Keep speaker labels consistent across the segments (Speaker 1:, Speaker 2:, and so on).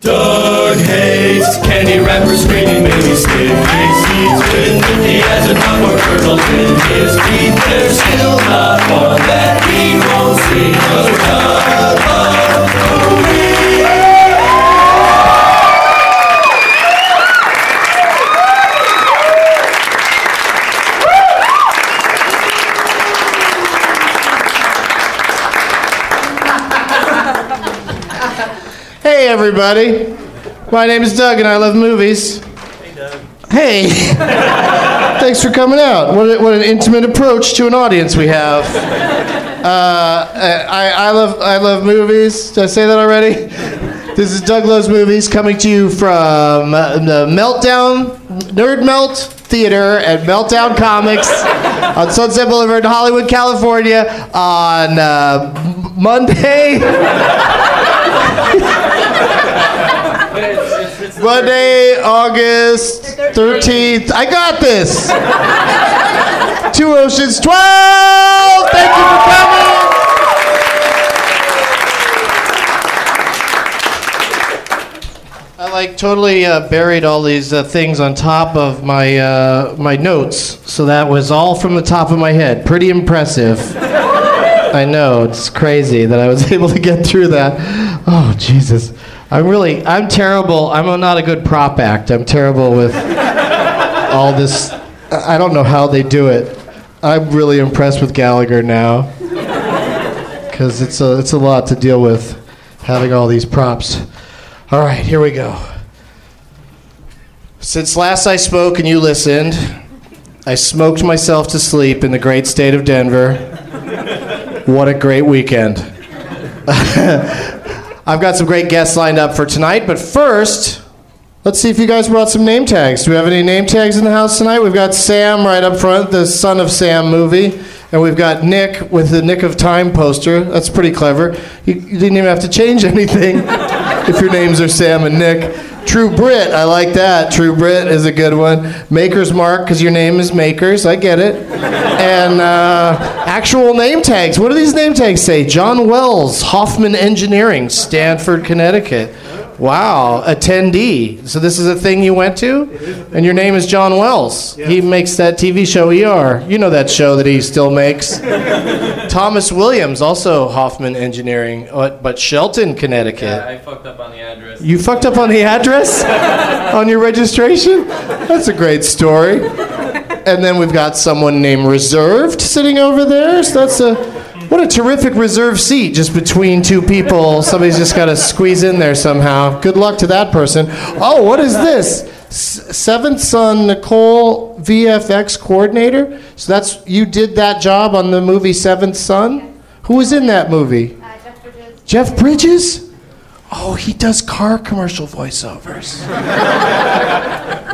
Speaker 1: Doug hates candy wrappers, screaming baby sniffing seeds with 50 as a copper turtle in his teeth. There's still not one that he won't see. 'Cause Doug loves movies.
Speaker 2: Hey, everybody. My name is Doug, and I love movies. Hey, Doug. Hey. Thanks for coming out. What, a, what an intimate approach to an audience we have. Uh, I, I, love, I love movies. Did I say that already? This is Doug Loves Movies coming to you from uh, the Meltdown, Nerd Melt Theater at Meltdown Comics on Sunset Boulevard in Hollywood, California on uh, M- Monday. Monday, August 13th. I got this. Two Oceans 12. Thank you for coming. I like totally uh, buried all these uh, things on top of my uh, my notes, so that was all from the top of my head. Pretty impressive. I know it's crazy that I was able to get through that. Oh Jesus, I'm really I'm terrible. I'm not a good prop act. I'm terrible with all this. I I don't know how they do it. I'm really impressed with Gallagher now, because it's a it's a lot to deal with, having all these props. All right, here we go. Since last I spoke and you listened, I smoked myself to sleep in the great state of Denver. What a great weekend. I've got some great guests lined up for tonight, but first, let's see if you guys brought some name tags. Do we have any name tags in the house tonight? We've got Sam right up front, the Son of Sam movie, and we've got Nick with the Nick of Time poster. That's pretty clever. You, you didn't even have to change anything if your names are Sam and Nick. True Brit, I like that. True Brit is a good one. Maker's Mark, because your name is Makers, I get it. And uh, actual name tags. What do these name tags say? John Wells, Hoffman Engineering, Stanford, Connecticut. Wow, attendee. So this is a thing you went to, and your name is John Wells. He makes that TV show ER. You know that show that he still makes. Thomas Williams, also Hoffman Engineering, uh, but Shelton, Connecticut.
Speaker 3: I fucked up on the address.
Speaker 2: You fucked up on the address on your registration? That's a great story. And then we've got someone named Reserved sitting over there. So that's a what a terrific reserve seat just between two people. Somebody's just got to squeeze in there somehow. Good luck to that person. Oh, what is this? S- seventh son Nicole VFX coordinator. So that's you did that job on the movie Seventh Son. Who was in that movie? Jeff Bridges? Oh, he does car commercial voiceovers.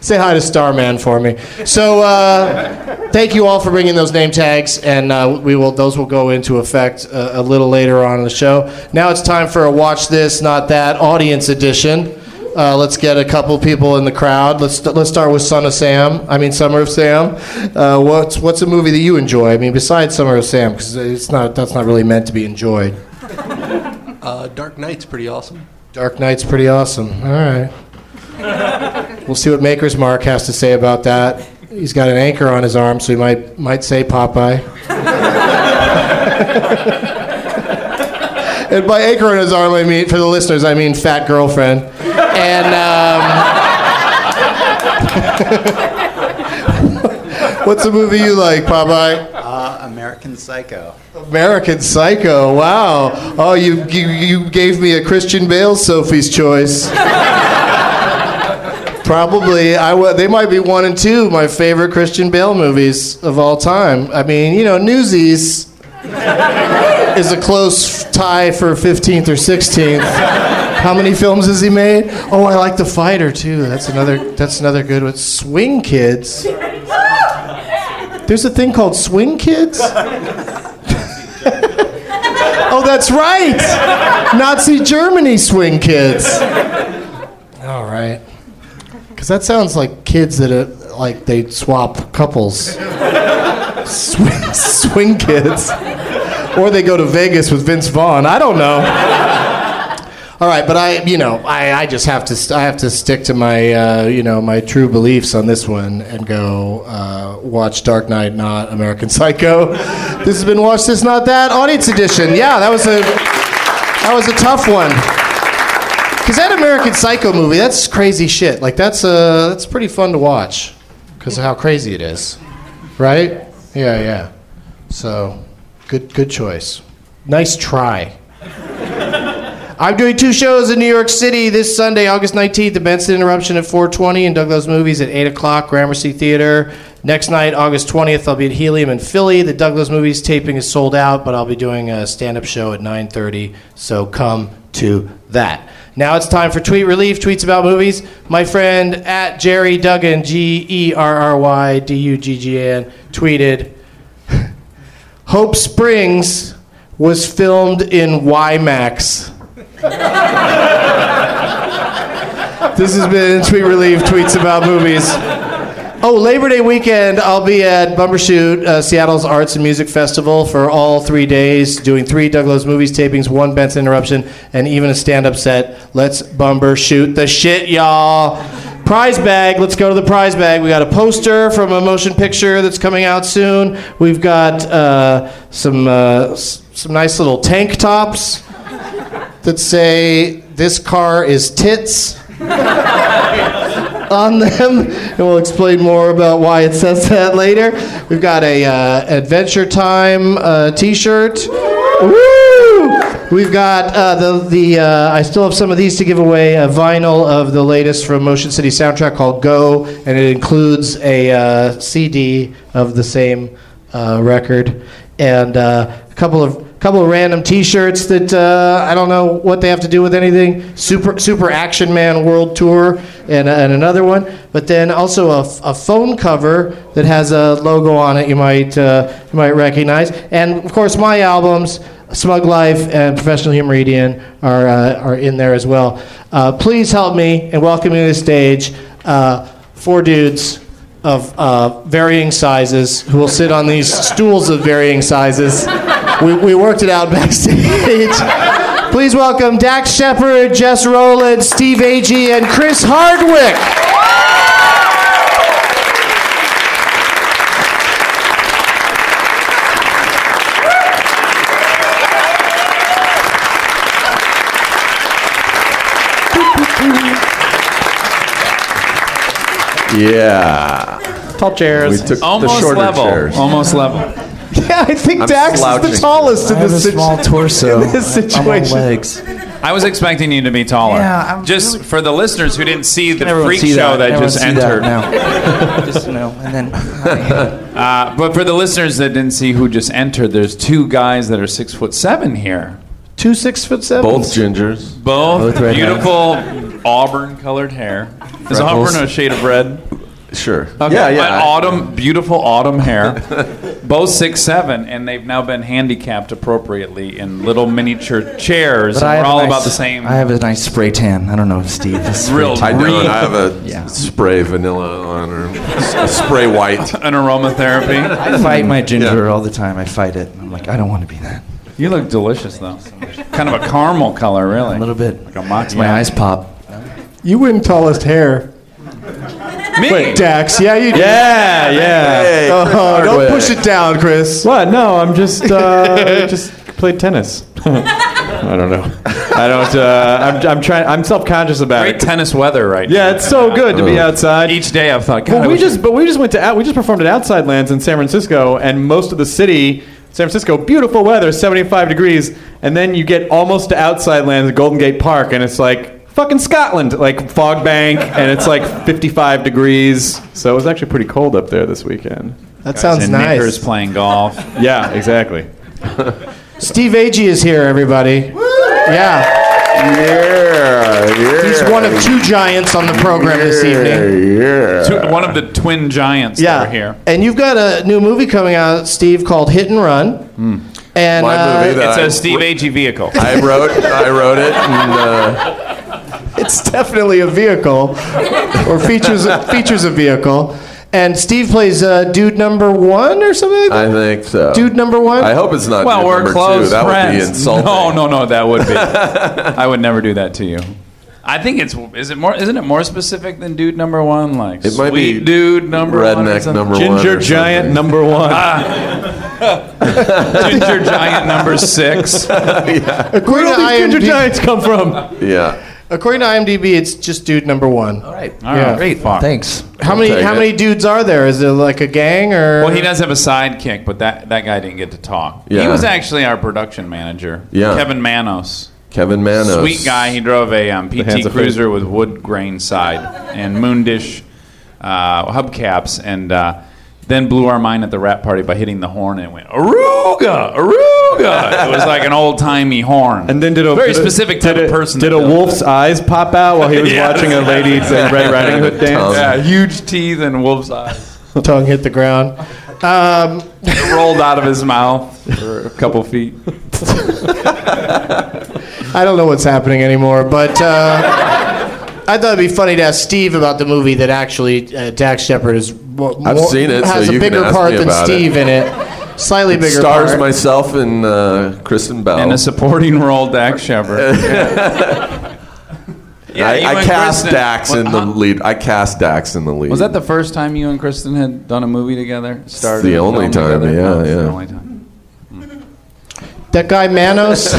Speaker 2: Say hi to Starman for me. So, uh, thank you all for bringing those name tags, and uh, we will those will go into effect uh, a little later on in the show. Now it's time for a watch this, not that audience edition. Uh, let's get a couple people in the crowd. Let's let's start with Son of Sam. I mean, Summer of Sam. Uh, what's what's a movie that you enjoy? I mean, besides Summer of Sam, because it's not that's not really meant to be enjoyed.
Speaker 3: Uh, Dark Knight's pretty awesome.
Speaker 2: Dark Knight's pretty awesome. All right. we'll see what Maker's Mark has to say about that. He's got an anchor on his arm, so he might might say Popeye. and by anchor on his arm, I mean for the listeners, I mean fat girlfriend. And um, um, what's a movie you like, Popeye?
Speaker 4: Uh, American Psycho.
Speaker 2: American Psycho. Wow. Oh, you, you you gave me a Christian Bale Sophie's Choice. Probably I wa They might be one and two of my favorite Christian Bale movies of all time. I mean, you know, Newsies is a close tie for 15th or 16th. How many films has he made? Oh, I like The Fighter too. That's another. That's another good one. Swing Kids. There's a thing called Swing Kids. Oh, that's right. Nazi Germany swing kids. All right. Because that sounds like kids that are, like they swap couples. Swing, swing kids. Or they go to Vegas with Vince Vaughn. I don't know. All right, but I, you know, I, I just have to, st- I have to stick to my, uh, you know, my true beliefs on this one and go uh, watch Dark Knight, not American Psycho. this has been Watch This, Not That, Audience Edition. Yeah, that was a, that was a tough one. Cause that American Psycho movie, that's crazy shit. Like that's uh, that's pretty fun to watch, cause of how crazy it is, right? Yeah, yeah. So, good, good choice. Nice try. I'm doing two shows in New York City this Sunday, August 19th, The Benson Interruption at 420 and Douglas Movies at 8 o'clock, Gramercy Theater. Next night, August 20th, I'll be at Helium in Philly. The Douglas Movies taping is sold out, but I'll be doing a stand-up show at 9.30, so come to that. Now it's time for Tweet Relief, tweets about movies. My friend at Jerry Duggan, E G-E-R-R-Y-D-U-G-G-A-N, tweeted, Hope Springs was filmed in WiMAX. This has been Tweet Relief Tweets About Movies. Oh, Labor Day weekend, I'll be at Bumbershoot, uh, Seattle's Arts and Music Festival for all three days, doing three Douglas Movies tapings, one Benson interruption, and even a stand up set. Let's Bumbershoot the shit, y'all. Prize bag, let's go to the prize bag. We got a poster from a motion picture that's coming out soon. We've got uh, some, uh, s- some nice little tank tops that say this car is tits on them and we'll explain more about why it says that later we've got a uh, adventure time uh, t-shirt Woo! we've got uh, the, the uh, i still have some of these to give away a vinyl of the latest from motion city soundtrack called go and it includes a uh, cd of the same uh, record and uh, a couple of couple of random T-shirts that uh, I don't know what they have to do with anything. Super Super Action Man World Tour and, and another one, but then also a, f- a phone cover that has a logo on it you might uh, you might recognize, and of course my albums. Smug Life and Professional Humoridian are, uh, are in there as well. Uh, please help me in welcoming to the stage uh, four dudes of uh, varying sizes who will sit on these stools of varying sizes. We, we worked it out backstage. please welcome Dax Shepard, Jess Rowland, Steve Agee, and Chris Hardwick.
Speaker 5: Yeah.
Speaker 2: Tall chairs.
Speaker 5: We took the
Speaker 6: Almost
Speaker 5: shorter
Speaker 6: level.
Speaker 5: chairs.
Speaker 6: Almost level.
Speaker 2: Yeah, I think
Speaker 5: I'm
Speaker 2: Dax is
Speaker 5: slouching.
Speaker 2: the tallest in
Speaker 6: I have a
Speaker 2: this, sit-
Speaker 6: small torso.
Speaker 2: in this situation.
Speaker 6: I was expecting you to be taller.
Speaker 7: Yeah, I'm
Speaker 6: just
Speaker 7: really-
Speaker 6: for the listeners who didn't see the
Speaker 7: Everyone
Speaker 6: freak
Speaker 7: see
Speaker 6: show that,
Speaker 7: Everyone
Speaker 6: just
Speaker 7: see
Speaker 6: entered.
Speaker 7: That now. just no, and then
Speaker 6: Uh, but for the listeners that didn't see who just entered, there's two guys that are six foot seven here.
Speaker 2: Two six foot seven.
Speaker 5: Both gingers.
Speaker 6: Both,
Speaker 7: Both redheads.
Speaker 6: beautiful auburn colored hair. Is
Speaker 5: Freckles.
Speaker 6: auburn a shade of red?
Speaker 5: Sure. Yeah, yeah.
Speaker 6: But autumn, beautiful autumn hair. Both six seven, and they've now been handicapped appropriately in little miniature chairs.
Speaker 7: but I
Speaker 6: and
Speaker 7: have
Speaker 6: we're
Speaker 7: a
Speaker 6: all
Speaker 7: nice-
Speaker 6: about the same.
Speaker 7: I have a nice spray tan. I don't know if Steve is spray
Speaker 6: Real
Speaker 5: I
Speaker 7: tan.
Speaker 5: don't. I have a
Speaker 7: Yeah.
Speaker 5: spray vanilla on or a spray white.
Speaker 6: an aromatherapy.
Speaker 7: I fight my ginger all the time. I fight it. I'm like, I don't want to be that.
Speaker 6: You look delicious though. Kind of a caramel color, really.
Speaker 7: A little bit.
Speaker 6: Like a mock.
Speaker 7: My eyes pop.
Speaker 2: You win tallest hair.
Speaker 6: Me.
Speaker 2: Dax, yeah, you do.
Speaker 8: Yeah, yeah.
Speaker 5: Hey, Chris
Speaker 2: Oh, don't
Speaker 5: Hardwick.
Speaker 2: push it down, Chris.
Speaker 8: What? No, I'm just uh, just played tennis. I don't know. I don't. Uh, I'm, I'm trying. I'm self-conscious about
Speaker 6: Great
Speaker 8: it.
Speaker 6: tennis weather right now.
Speaker 8: Yeah, it's so good to be outside.
Speaker 6: Each day I've thought, God, I
Speaker 8: Well, we
Speaker 6: wish-
Speaker 8: just but we just went to out, we just performed at Outside Lands in San Francisco, and most of the city, San Francisco, beautiful weather, 75 degrees, and then you get almost to Outside Lands, Golden Gate Park, and it's like fucking Scotland, like fog bank, and it's like 55 degrees. So it was actually pretty cold up there this weekend.
Speaker 2: That sounds
Speaker 6: and knickers
Speaker 2: nice.
Speaker 6: playing golf.
Speaker 8: Yeah, exactly.
Speaker 2: Steve Agee is here, everybody. Yeah,
Speaker 5: Yeah, yeah.
Speaker 2: he's one of two giants on the program this evening.
Speaker 5: Yeah.
Speaker 6: Two- one of the twin giants that
Speaker 2: Yeah,
Speaker 6: are here.
Speaker 2: and you've got a new movie coming out, Steve, called Hit and Run. And
Speaker 5: My
Speaker 2: uh,
Speaker 5: movie that
Speaker 6: It's
Speaker 5: I-
Speaker 6: a Steve Agee vehicle.
Speaker 5: I wrote. I wrote it. And, uh,
Speaker 2: it's definitely a vehicle, or features features a vehicle. And Steve plays uh, dude number one or something like that.
Speaker 5: I think so.
Speaker 2: Dude number one?
Speaker 5: I hope it's not.
Speaker 6: well,
Speaker 5: dude
Speaker 6: we're
Speaker 5: number
Speaker 6: close
Speaker 5: Two. That
Speaker 6: friends.
Speaker 5: would be insulting.
Speaker 6: No, no, no, that would be. I would never do that to you. I think it's is it more isn't it more specific than dude number one like
Speaker 5: It might be
Speaker 6: sweet dude number one or
Speaker 5: Redneck
Speaker 6: something? Ah.
Speaker 5: number one.
Speaker 8: Ginger
Speaker 5: or
Speaker 8: Giant
Speaker 5: something.
Speaker 8: number one.
Speaker 6: ginger giant number six
Speaker 8: Where
Speaker 2: According
Speaker 8: do
Speaker 2: to,
Speaker 8: all these ginger
Speaker 2: IMDb,
Speaker 8: giants come from?
Speaker 5: Yeah.
Speaker 2: according to IMDb, it's just dude number one.
Speaker 7: All right.
Speaker 6: All right, great farm.
Speaker 7: Thanks.
Speaker 2: How many
Speaker 5: take
Speaker 2: how
Speaker 5: it.
Speaker 2: many dudes are there? Is it like a gang or?
Speaker 6: Well, he does have a sidekick, but that, that guy didn't get to talk. He
Speaker 5: Yeah.
Speaker 6: was actually our production manager,
Speaker 5: Yeah.
Speaker 6: Kevin Manos.
Speaker 5: Kevin Manos.
Speaker 6: Sweet guy. He drove a um,
Speaker 8: hands
Speaker 6: PT
Speaker 8: of fate.
Speaker 6: Cruiser with wood grain side and Moondish uh, hubcaps, and uh, then blew our mind at the rap party by hitting the horn and went aruga, aruga. It was like an old timey horn.
Speaker 8: And then did a
Speaker 6: very
Speaker 8: did a-
Speaker 6: specific type
Speaker 8: did
Speaker 6: of
Speaker 8: a-
Speaker 6: person.
Speaker 8: Did
Speaker 6: that
Speaker 8: a
Speaker 6: built
Speaker 8: wolf's eyes pop out while he was
Speaker 6: Yeah.
Speaker 8: watching a lady in Red Riding Hood dance?
Speaker 5: Tongue.
Speaker 6: it. Yeah, huge teeth and wolf's eyes
Speaker 2: tongue hit the ground. Um,
Speaker 6: It rolled out of his mouth for a couple feet.
Speaker 2: I don't know what's happening anymore, but uh, I thought it'd be funny to ask Steve about the movie that actually uh, Dax Shepard is. mo-
Speaker 5: I've
Speaker 2: more-
Speaker 5: seen it, so
Speaker 2: Has a
Speaker 5: you can
Speaker 2: bigger
Speaker 5: ask
Speaker 2: part
Speaker 5: me
Speaker 2: than
Speaker 5: about it.
Speaker 2: Steve in it. Slightly bigger
Speaker 5: Stars
Speaker 2: part.
Speaker 5: myself and uh, Kristen Bell.
Speaker 6: In a supporting role, Dax Shepard. Yeah, you
Speaker 5: I, I
Speaker 6: and
Speaker 5: cast
Speaker 6: Kristen-
Speaker 5: Dax in the
Speaker 6: Huh?
Speaker 5: lead. I cast Dax in the lead.
Speaker 6: Was that the first time you and Kristen had done a movie together? Started
Speaker 5: the
Speaker 6: a
Speaker 5: only
Speaker 6: film
Speaker 5: time,
Speaker 6: together?
Speaker 5: yeah,
Speaker 6: Oh, it's
Speaker 5: yeah.
Speaker 6: The only time.
Speaker 2: That guy Manos,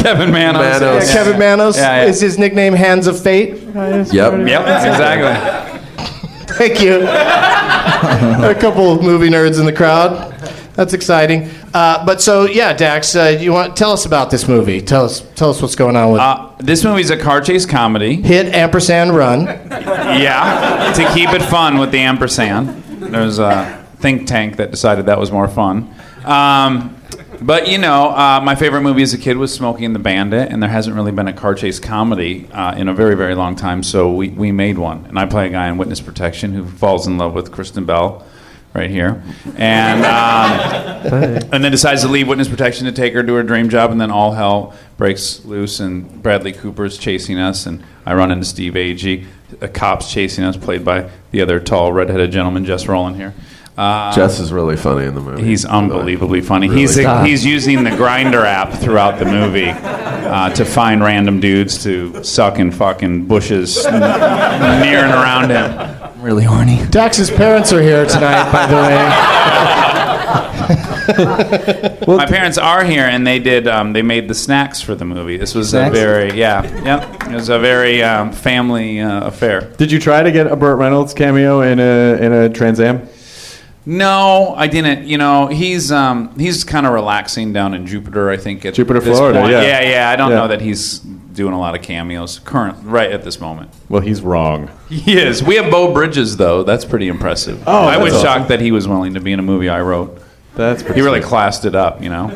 Speaker 6: Kevin Manos.
Speaker 5: Manos. Yeah,
Speaker 2: Kevin Manos,
Speaker 6: Yeah, yeah.
Speaker 2: is his nickname Hands of Fate.
Speaker 5: Yep.
Speaker 6: Yep, exactly.
Speaker 2: Thank you. a couple of movie nerds in the crowd. That's exciting. Uh, but so yeah, Dax, uh, you want tell us about this movie? Tell us tell us what's going on with
Speaker 6: Uh, this movie's a car chase comedy.
Speaker 2: Hit Ampersand Run.
Speaker 6: Yeah, to keep it fun with the ampersand. There's a think tank that decided that was more fun. Um, but you know, uh, my favorite movie as a kid was Smokey and the Bandit, and there hasn't really been a car chase comedy uh, in a very, very long time. So we, we made one, and I play a guy in witness protection who falls in love with Kristen Bell, right here, and uh, um, and then decides to leave witness protection to take her to her dream job, and then all hell breaks loose, and Bradley Cooper's chasing us, and I run into Steve Agee, a cop's chasing us, played by the other tall redheaded gentleman, Jess Rowland here. Uh,
Speaker 5: Jess is really funny in the movie.
Speaker 6: He's unbelievably funny. he's
Speaker 5: Really funny.
Speaker 6: he's using the grinder app throughout the movie uh, to find random dudes to suck and fucking bushes n- near and around him. I'm
Speaker 7: really horny.
Speaker 2: Dax's parents are here tonight, by the way.
Speaker 6: My parents are here, and they did. Um, they made the snacks for the movie. This was
Speaker 8: Snacks?
Speaker 6: a very yeah yep. It was a very um, family uh, affair.
Speaker 8: Did you try to get a Burt Reynolds cameo in a in a Trans Am?
Speaker 6: No, I didn't. You know, he's um, he's kind of relaxing down in Jupiter. I think at
Speaker 8: Jupiter,
Speaker 6: this
Speaker 8: Florida,
Speaker 6: point.
Speaker 8: yeah.
Speaker 6: yeah, yeah. I don't
Speaker 8: Yeah.
Speaker 6: know that he's doing a lot of cameos current right at this moment.
Speaker 8: Well, he's wrong.
Speaker 6: He is. We have Bo Bridges though. That's pretty impressive.
Speaker 8: Oh,
Speaker 6: I
Speaker 8: that's
Speaker 6: was
Speaker 8: awesome.
Speaker 6: shocked that he was willing to be in a movie I wrote.
Speaker 8: That's
Speaker 6: he really classed it up, you know.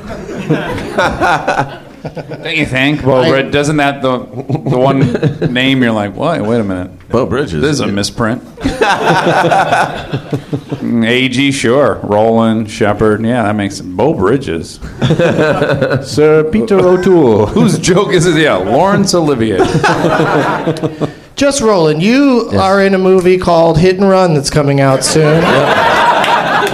Speaker 6: Don't you think? Bo
Speaker 2: I-
Speaker 6: Bridges doesn't that the the one name you're like, wait, wait a minute.
Speaker 5: Bo Bridges.
Speaker 6: This is a misprint. Mm, Ag, sure. Roland Shepard, yeah, that makes Bo Bridges.
Speaker 8: Sir Peter O'Toole.
Speaker 6: Whose joke is it? Yeah, Lawrence Olivier.
Speaker 2: Just Roland, you are in a movie called Hit and Run that's coming out soon.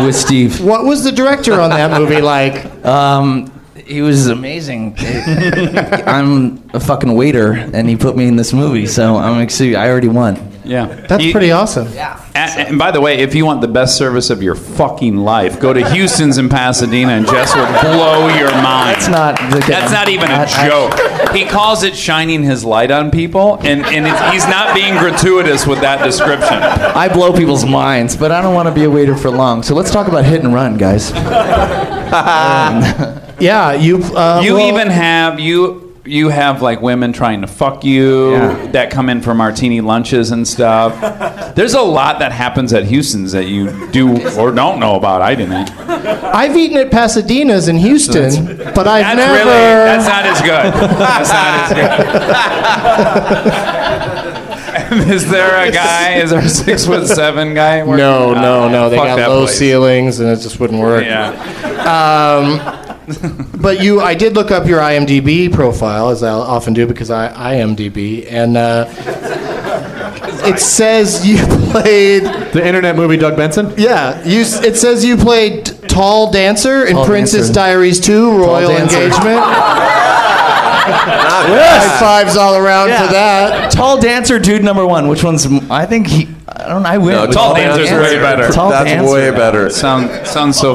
Speaker 7: With Steve.
Speaker 2: What was the director on that movie like?
Speaker 7: Um, he was amazing. I'm a fucking waiter, and he put me in this movie, so I'm actually I already won.
Speaker 6: Yeah,
Speaker 2: That's
Speaker 6: He-
Speaker 2: pretty awesome.
Speaker 6: And, and by the way, if you want the best service of your fucking life, go to Houston's in Pasadena, and Jess will blow your mind.
Speaker 7: That's not. The
Speaker 6: That's not even a
Speaker 7: I- I-
Speaker 6: joke. He calls it shining his light on people, and, and it's, he's not being gratuitous with that description.
Speaker 7: I blow people's minds, but I don't want to be a waiter for long. So let's talk about hit and run, guys.
Speaker 2: Yeah, you. Uh,
Speaker 6: You
Speaker 2: well,
Speaker 6: even have you you have like women trying to fuck you
Speaker 8: Yeah.
Speaker 6: that come in for martini lunches and stuff. There's a lot that happens at Houston's that you do or don't know about. I didn't.
Speaker 2: I've eaten at Pasadena's in Houston, but I've
Speaker 6: That's
Speaker 2: never.
Speaker 6: really that's not as good. That's not as good. is there a guy? Is there a six foot seven guy? working?
Speaker 2: no, no, no. They
Speaker 6: Ah, Fuck
Speaker 2: got
Speaker 6: that
Speaker 2: low
Speaker 6: place.
Speaker 2: ceilings, and it just wouldn't work.
Speaker 6: Yeah.
Speaker 2: But you, I did look up your IMDb profile, as I often do because I IMDb, and uh, it says you played.
Speaker 8: The internet movie Doug Benson.
Speaker 2: Yeah, you. s- It says you played Tall Dancer in
Speaker 7: Tall
Speaker 2: Princess
Speaker 7: Dancer.
Speaker 2: Diaries 2: Royal
Speaker 7: Dancer.
Speaker 2: Engagement. High fives all around for that.
Speaker 7: Tall dancer, dude number one. Which one's? m- I think he. I don't. know, I win.
Speaker 5: No,
Speaker 7: with
Speaker 6: Tall Dancer's way better.
Speaker 7: Tall
Speaker 5: That's
Speaker 7: dancer.
Speaker 5: way better.
Speaker 6: Sound sounds so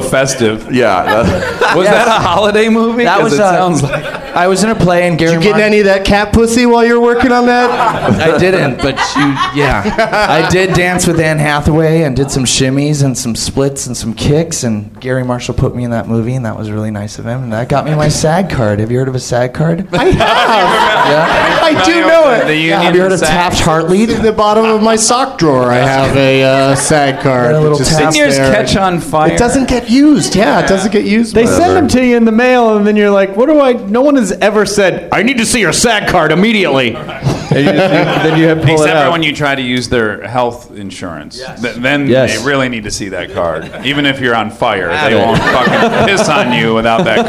Speaker 6: festive.
Speaker 5: Yeah. that-
Speaker 6: Was that a holiday movie?
Speaker 7: That was.
Speaker 6: 'Cause it
Speaker 7: uh,
Speaker 6: sounds like
Speaker 7: I was in a play and Gary.
Speaker 2: You getting
Speaker 7: Mon-
Speaker 2: any of that cat pussy while you're working on that?
Speaker 7: I didn't, but you, yeah. I did dance with Anne Hathaway and did some shimmies and some splits and some kicks. And Gary Marshall put me in that movie, and that was really nice of him. And that got me my SAG card. Have you heard of a SAG card?
Speaker 2: I have.
Speaker 7: Yeah.
Speaker 2: I do know it.
Speaker 6: The union
Speaker 7: Have you heard of
Speaker 6: sack.
Speaker 7: Taft Hartley?
Speaker 2: In the bottom of my sock drawer, I have a uh, SAG card.
Speaker 7: Got a little
Speaker 2: that just
Speaker 7: tab
Speaker 2: sits
Speaker 6: Seniors
Speaker 2: there.
Speaker 6: catch on fire.
Speaker 2: It doesn't get used. Yeah, it doesn't get used.
Speaker 8: They
Speaker 2: much.
Speaker 8: send them to you in the mail, and then you're like, "What do I?" No one has ever said, "I need to see your SAG card immediately." And you- then you have to pull it
Speaker 6: Except
Speaker 8: out.
Speaker 6: for when you try to use their health insurance. Th- then
Speaker 8: Yes.
Speaker 6: they really need to see that card. Even if you're on fire, they
Speaker 7: it.
Speaker 6: won't fucking piss on you without that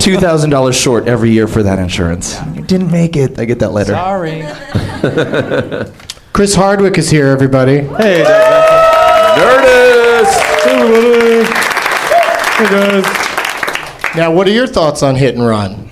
Speaker 7: Two thousand dollars short every year for that insurance. You didn't make it. I get that letter.
Speaker 6: Sorry.
Speaker 2: Chris Hardwick is here, everybody.
Speaker 8: hey, Doug
Speaker 5: Nerdist.
Speaker 8: Benson. Hey, guys.
Speaker 2: Now, what are your thoughts on Hit and Run?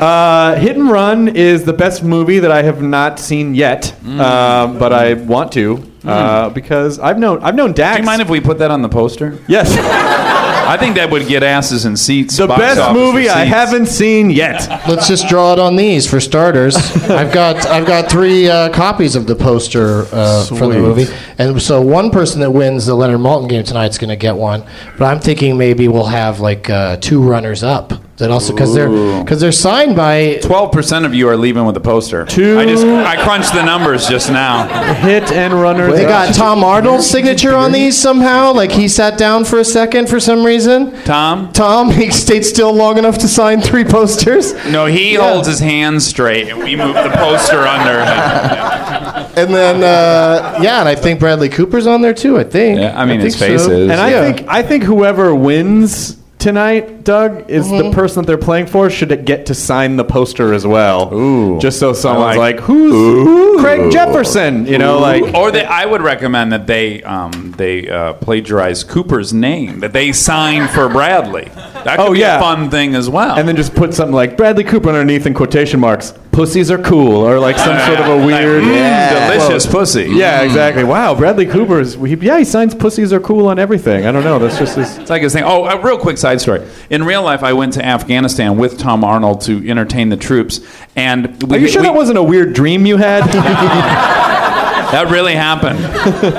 Speaker 8: Uh, Hit and Run is the best movie that I have not seen yet, um, but I want to uh, because I've known I've known Dax.
Speaker 6: Do you mind if we put that on the poster?
Speaker 8: yes,
Speaker 6: I think that would get asses in seats.
Speaker 8: the
Speaker 6: box
Speaker 8: best
Speaker 6: office
Speaker 8: movie I
Speaker 6: receipts.
Speaker 8: haven't seen yet.
Speaker 2: Let's just draw it on these for starters. I've got I've got three uh, copies of the poster uh, for the
Speaker 8: Sweet.
Speaker 2: movie, and so one person that wins the Leonard Malton game tonight's going to get one. But I'm thinking maybe we'll have like uh, two runners up that also because they're because they're signed by.
Speaker 6: 12% of you are leaving with a poster.
Speaker 8: Two-
Speaker 6: I just I crunched the numbers just now.
Speaker 8: Hit and Runner.
Speaker 2: They
Speaker 8: the-
Speaker 2: got Tom Arnold's signature on these somehow. Like he sat down for a second for some reason.
Speaker 6: Tom?
Speaker 2: Tom, he stayed still long enough to sign three posters.
Speaker 6: No, he holds his hands straight and we move the poster under him.
Speaker 2: And then, uh, yeah, and I think Bradley Cooper's on there too. I think. Yeah,
Speaker 8: I mean, his face is,
Speaker 6: And I think I think whoever wins tonight, Doug, is the person that they're playing for should get to sign the poster as well. Ooh. Just so someone's like,
Speaker 8: like-
Speaker 6: who's Craig Jefferson? You know, like
Speaker 8: or they, I would recommend that they um, they uh, plagiarize Cooper's name that they sign for Bradley. That could
Speaker 6: Oh,
Speaker 8: be
Speaker 6: yeah.
Speaker 8: a fun thing as well.
Speaker 6: and then just put something like Bradley Cooper underneath in quotation marks. Pussies are cool, or like some sort of a weird,
Speaker 8: "Mm,
Speaker 6: Yeah.
Speaker 8: delicious
Speaker 6: quote.
Speaker 8: pussy."
Speaker 6: Yeah,
Speaker 8: Mm.
Speaker 6: exactly. Wow, Bradley Cooper is. He, yeah, he signs pussies are cool on everything. I don't know. That's just his.
Speaker 8: It's like his thing. Oh, a real quick side story. In real life, I went to Afghanistan with Tom Arnold to entertain the troops, and we,
Speaker 6: Are you sure
Speaker 8: we-
Speaker 6: that wasn't a weird dream you had?
Speaker 8: that really happened?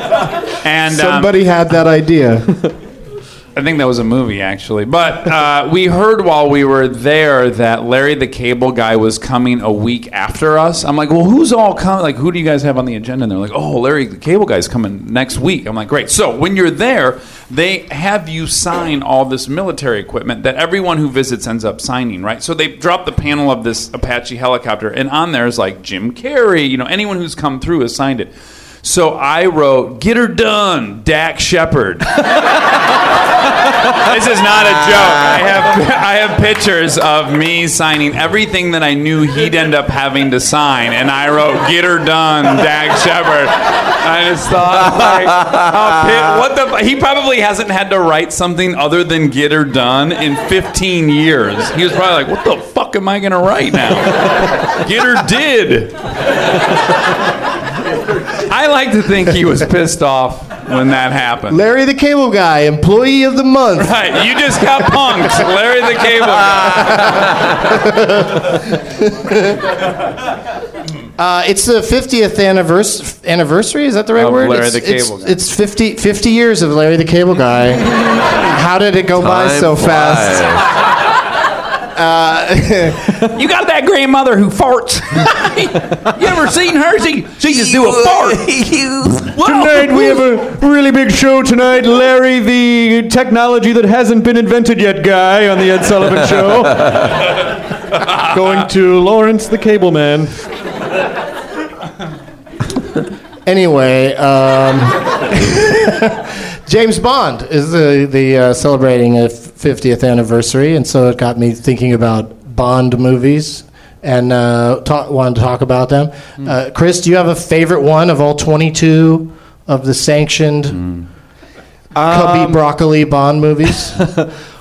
Speaker 8: and um,
Speaker 2: Somebody had that idea.
Speaker 8: I think that was a movie, actually. But uh, we heard while we were there that Larry the Cable Guy was coming a week after us. I'm like, well, who's all coming? Like, who do you guys have on the agenda? And they're like, oh, Larry the Cable Guy's coming next week. I'm like, great. So when you're there, they have you sign all this military equipment that everyone who visits ends up signing, right? So they drop the panel of this Apache helicopter, and on there is like Jim Carrey. You know, anyone who's come through has signed it. So I wrote, "Get her done, Dak Shepard." this is not a joke. I have I have pictures of me signing everything that I knew he'd end up having to sign, and I wrote "Get her done, Dag Shepard." I just thought, like, how pit- what the? He probably hasn't had to write something other than "Get her done" in 15 years. He was probably like, "What the fuck am I gonna write now?" Get her did. I like to think he was pissed off when that happened.
Speaker 2: Larry the Cable Guy, Employee of the Month.
Speaker 8: Right, you just got punked, Larry the Cable
Speaker 2: Uh, it's the 50th annivers- anniversary. Is that the right
Speaker 8: Of
Speaker 2: word?
Speaker 8: Larry
Speaker 2: it's,
Speaker 8: the
Speaker 2: it's-
Speaker 8: Cable Guy.
Speaker 2: It's 50, 50 years of Larry the Cable Guy. How did it go by so fast?
Speaker 8: You got that grandmother who farts. you ever seen her? She, she just do a fart.
Speaker 6: Tonight we have a really big show tonight. Larry, the technology that hasn't been invented yet guy on the Ed Sullivan Show. Going to Lawrence the Cable Man.
Speaker 2: Anyway, um, James Bond is the, the uh, celebrating a 50th anniversary, and so it got me thinking about Bond movies and uh, ta- wanted to talk about them. Uh, Chris, do you have a favorite one of all 22 of the sanctioned
Speaker 6: Hmm. Um,
Speaker 2: Cubby Broccoli Bond movies?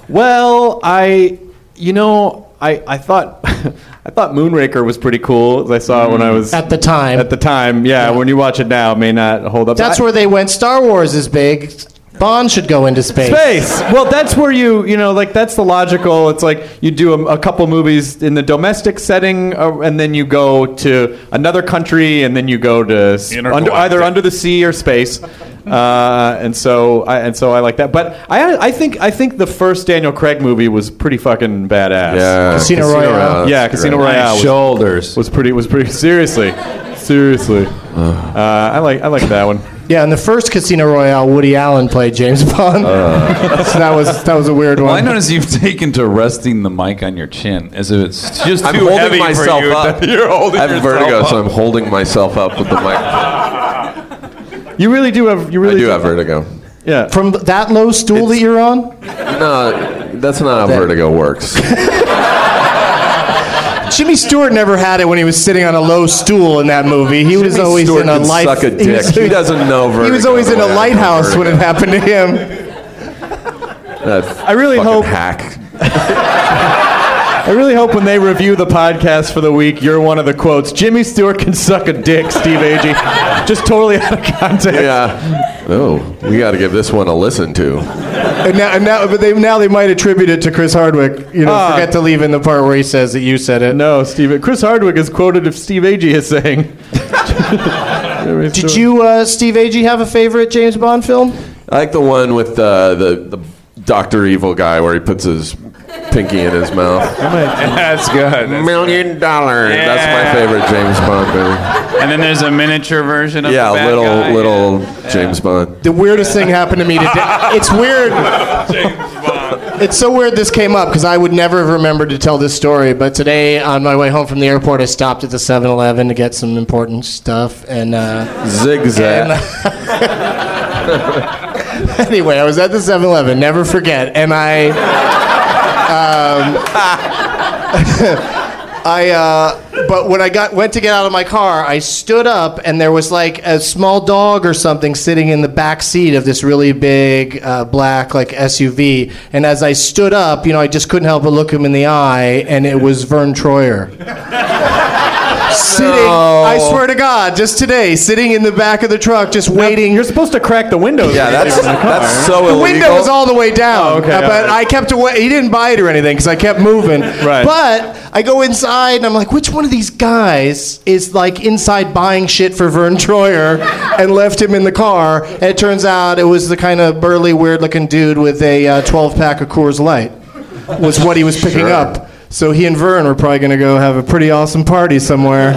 Speaker 6: Well, I, you know, I, I thought, I thought Moonraker was pretty cool. 'cause I saw it when I was
Speaker 2: At the time.
Speaker 6: At the time, yeah. When you watch it now, it may not hold up.
Speaker 2: That's
Speaker 6: I-
Speaker 2: where they went. Star Wars is big. Bond should go into space.
Speaker 6: space. Well, that's where you you know like that's the logical. It's like you do a, a couple movies in the domestic setting, uh, and then you go to another country, and then you go to s- under,
Speaker 8: Intergalactic.
Speaker 6: either under the sea or space. Uh, and so I and so I like that. But I I think I think the first Daniel Craig movie was pretty fucking badass.
Speaker 5: Yeah,
Speaker 2: Casino Royale.
Speaker 6: Yeah, Casino Royale was-
Speaker 5: Shoulders.
Speaker 6: was pretty was pretty seriously, seriously. Uh, I like I like that one.
Speaker 2: Yeah, in the first Casino Royale, Woody Allen played James Bond.
Speaker 5: Uh.
Speaker 2: so that was that was a weird
Speaker 8: Well, I
Speaker 2: one.
Speaker 8: notice you've taken to resting the mic on your chin as if it's just too
Speaker 5: I'm holding
Speaker 8: heavy
Speaker 5: myself
Speaker 8: for you.
Speaker 5: up.
Speaker 8: You're holding
Speaker 5: I have
Speaker 8: yourself
Speaker 5: vertigo,
Speaker 8: up.
Speaker 5: so I'm holding myself up with the microphone.
Speaker 6: You really do have you
Speaker 5: I
Speaker 6: really
Speaker 5: do have vertigo.
Speaker 6: yeah.
Speaker 2: From that low stool that you're on,
Speaker 5: No, that's not how vertigo works.
Speaker 2: Jimmy Stewart never had it when he was sitting on a low stool in that movie. He was
Speaker 5: Jimmy
Speaker 2: always
Speaker 5: Stewart
Speaker 2: in a
Speaker 5: can
Speaker 2: light.
Speaker 5: suck a
Speaker 2: He, was,
Speaker 5: dick. He doesn't know
Speaker 2: he was
Speaker 5: vertigo
Speaker 2: always
Speaker 5: the
Speaker 2: in a
Speaker 5: way I know
Speaker 2: lighthouse when it
Speaker 5: vertigo.
Speaker 2: happened to him.
Speaker 5: I
Speaker 6: really hope-
Speaker 5: hack.
Speaker 6: I really hope when they review the podcast for the week, you're one of the quotes. Jimmy Stewart can suck a dick, Steve Agee. Just totally out of context.
Speaker 5: Yeah. Oh, we got to give this one a listen to.
Speaker 2: And now, and now, but they now they might attribute it to Chris Hardwick. You know,
Speaker 6: Ah.
Speaker 2: forget to leave in the part where he says that you said it.
Speaker 6: No, Steve. Chris Hardwick is quoted if Steve Agee is saying. Jimmy
Speaker 2: Did
Speaker 6: Stewart.
Speaker 2: you, uh, Steve Agee, have a favorite James Bond film?
Speaker 5: I like the one with uh, the the Doctor Evil guy where he puts his pinky in his mouth.
Speaker 8: That's good.
Speaker 5: Million dollars. That's my favorite James Bond movie.
Speaker 8: And then there's a miniature version of
Speaker 5: Yeah,
Speaker 8: the bad
Speaker 5: little
Speaker 8: guy.
Speaker 5: little James Bond.
Speaker 2: The weirdest thing happened to me today. It's weird. It's so weird this came up because I would never have remembered to tell this story. But today, on my way home from the airport, I stopped at the 7 Eleven to get some important stuff. And, uh,
Speaker 5: Zigzag.
Speaker 2: and- anyway, I was at the 7 Eleven, never forget. And I. Um, I, uh, but when I got went to get out of my car, I stood up and there was like a small dog or something sitting in the back seat of this really big uh, black like SUV. And as I stood up, you know, I just couldn't help but look him in the eye, and it was Vern Troyer. sitting, I swear to God, just today, sitting in the back of the truck, just waiting. You're
Speaker 8: supposed to crack the windows.
Speaker 5: Yeah, that's- that's so
Speaker 2: The window
Speaker 5: Oh, illegal.
Speaker 2: was all the way down,
Speaker 5: Oh, okay,
Speaker 2: uh, but
Speaker 5: all
Speaker 2: I
Speaker 5: right.
Speaker 2: kept away. He didn't buy it or anything because I kept moving. right. But I go inside and I'm like, which one of these guys is like inside buying shit for Vern Troyer and left him in the car? And it turns out it was the kind of burly, weird-looking dude with a uh, 12-pack of Coors Light was what he was picking
Speaker 6: Sure.
Speaker 2: up. So he and Vern were probably going to go have a pretty awesome party somewhere.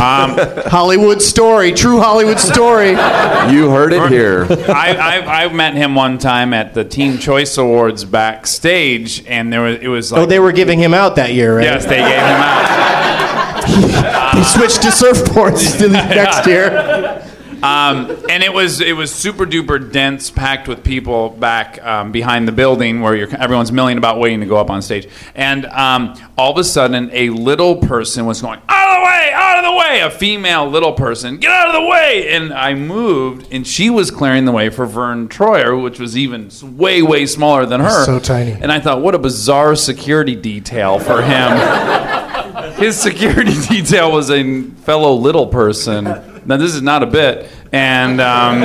Speaker 6: Um,
Speaker 2: Hollywood story, true Hollywood story.
Speaker 5: You heard it here.
Speaker 6: I, I, I met him one time at the Teen Choice Awards backstage, and there was it was like
Speaker 2: oh, they were giving him out that year, right?
Speaker 6: yes, they gave him out.
Speaker 2: He switched to surfboards to the next year.
Speaker 6: Um, and it was it was super duper dense, packed with people back um, behind the building where you're, everyone's milling about waiting to go up on stage. And um, all of a sudden, a little person was going out of the way, out of the way. A female little person, get out of the way. And I moved, and she was clearing the way for Vern Troyer, which was even s- way way smaller than her.
Speaker 2: So tiny.
Speaker 6: And I thought, what a bizarre security detail for him. His security detail was a fellow little person. Now this is not a bit, and um,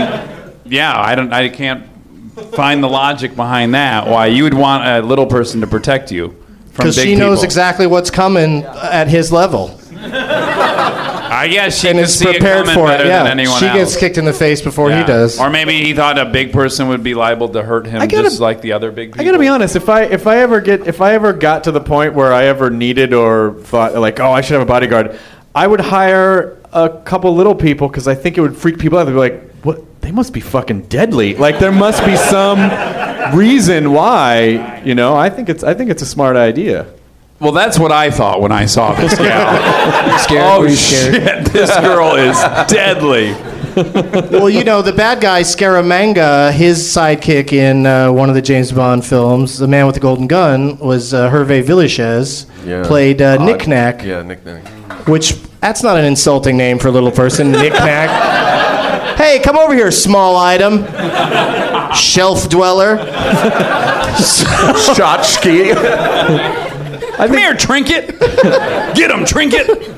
Speaker 6: yeah, I don't, I can't find the logic behind that. Why you would want a little person to protect you from big
Speaker 2: Because she knows
Speaker 6: people.
Speaker 2: exactly what's coming at his level
Speaker 6: I guess she
Speaker 2: and
Speaker 6: could
Speaker 2: is
Speaker 6: see
Speaker 2: prepared
Speaker 6: it coming
Speaker 2: for it.
Speaker 6: better
Speaker 2: Yeah,
Speaker 6: than anyone
Speaker 2: she
Speaker 6: else.
Speaker 2: gets kicked in the face before
Speaker 6: Yeah.
Speaker 2: he does.
Speaker 6: Or maybe he thought a big person would be liable to hurt him,
Speaker 8: I gotta-
Speaker 6: just like the other big people.
Speaker 8: I gotta be honest. If I if I ever get if I ever got to the point where I ever needed or thought like oh I should have a bodyguard, I would hire a couple little people because I think it would freak people out. They'd be like, what? They must be fucking deadly. Like there must be some reason why. You know, I think it's I think it's a smart idea.
Speaker 6: Well, that's what I thought when I saw this gal.
Speaker 8: Were
Speaker 6: oh
Speaker 8: you scared?
Speaker 6: shit! This girl is deadly.
Speaker 2: well, you know, the bad guy, Scaramanga, his sidekick in uh, one of the James Bond films, The Man with the Golden Gun, was uh, Hervé Villechaize, played uh,
Speaker 5: Odd.
Speaker 2: Knick Knack,
Speaker 5: Yeah, knick-knack.
Speaker 2: which that's not an insulting name for a little person, Knick Knack. hey, come over here, small item, shelf dweller.
Speaker 5: Shotski.
Speaker 6: Come here, Trinket. Get him, Trinket.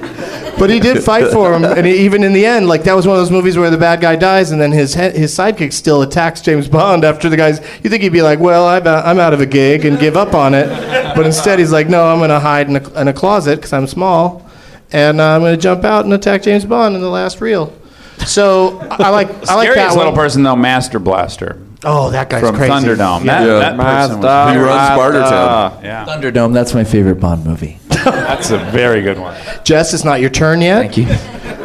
Speaker 2: But he did fight for him, and he, even in the end, like that was one of those movies where the bad guy dies, and then his he- his sidekick still attacks James Bond after the guys. You think he'd be like, "Well, I'm out, I'm out of a gig and give up on it," but instead he's like, "No, I'm going to hide in a, in a closet because I'm small, and uh, I'm going to jump out and attack James Bond in the last reel." So I I like I like
Speaker 6: Scariest
Speaker 2: that
Speaker 6: little
Speaker 2: one.
Speaker 6: person though, Master Blaster.
Speaker 2: Oh, that guy's
Speaker 6: from
Speaker 2: crazy.
Speaker 6: Thunderdome.
Speaker 2: Yeah.
Speaker 6: That,
Speaker 7: Yeah.
Speaker 6: that person was
Speaker 7: Mazda,
Speaker 6: he runs
Speaker 7: Mazda.
Speaker 6: Bartertown. Yeah,
Speaker 7: Thunderdome. That's my favorite Bond movie.
Speaker 6: that's a very good one.
Speaker 2: Jess, it's not your turn yet. Thank
Speaker 7: you.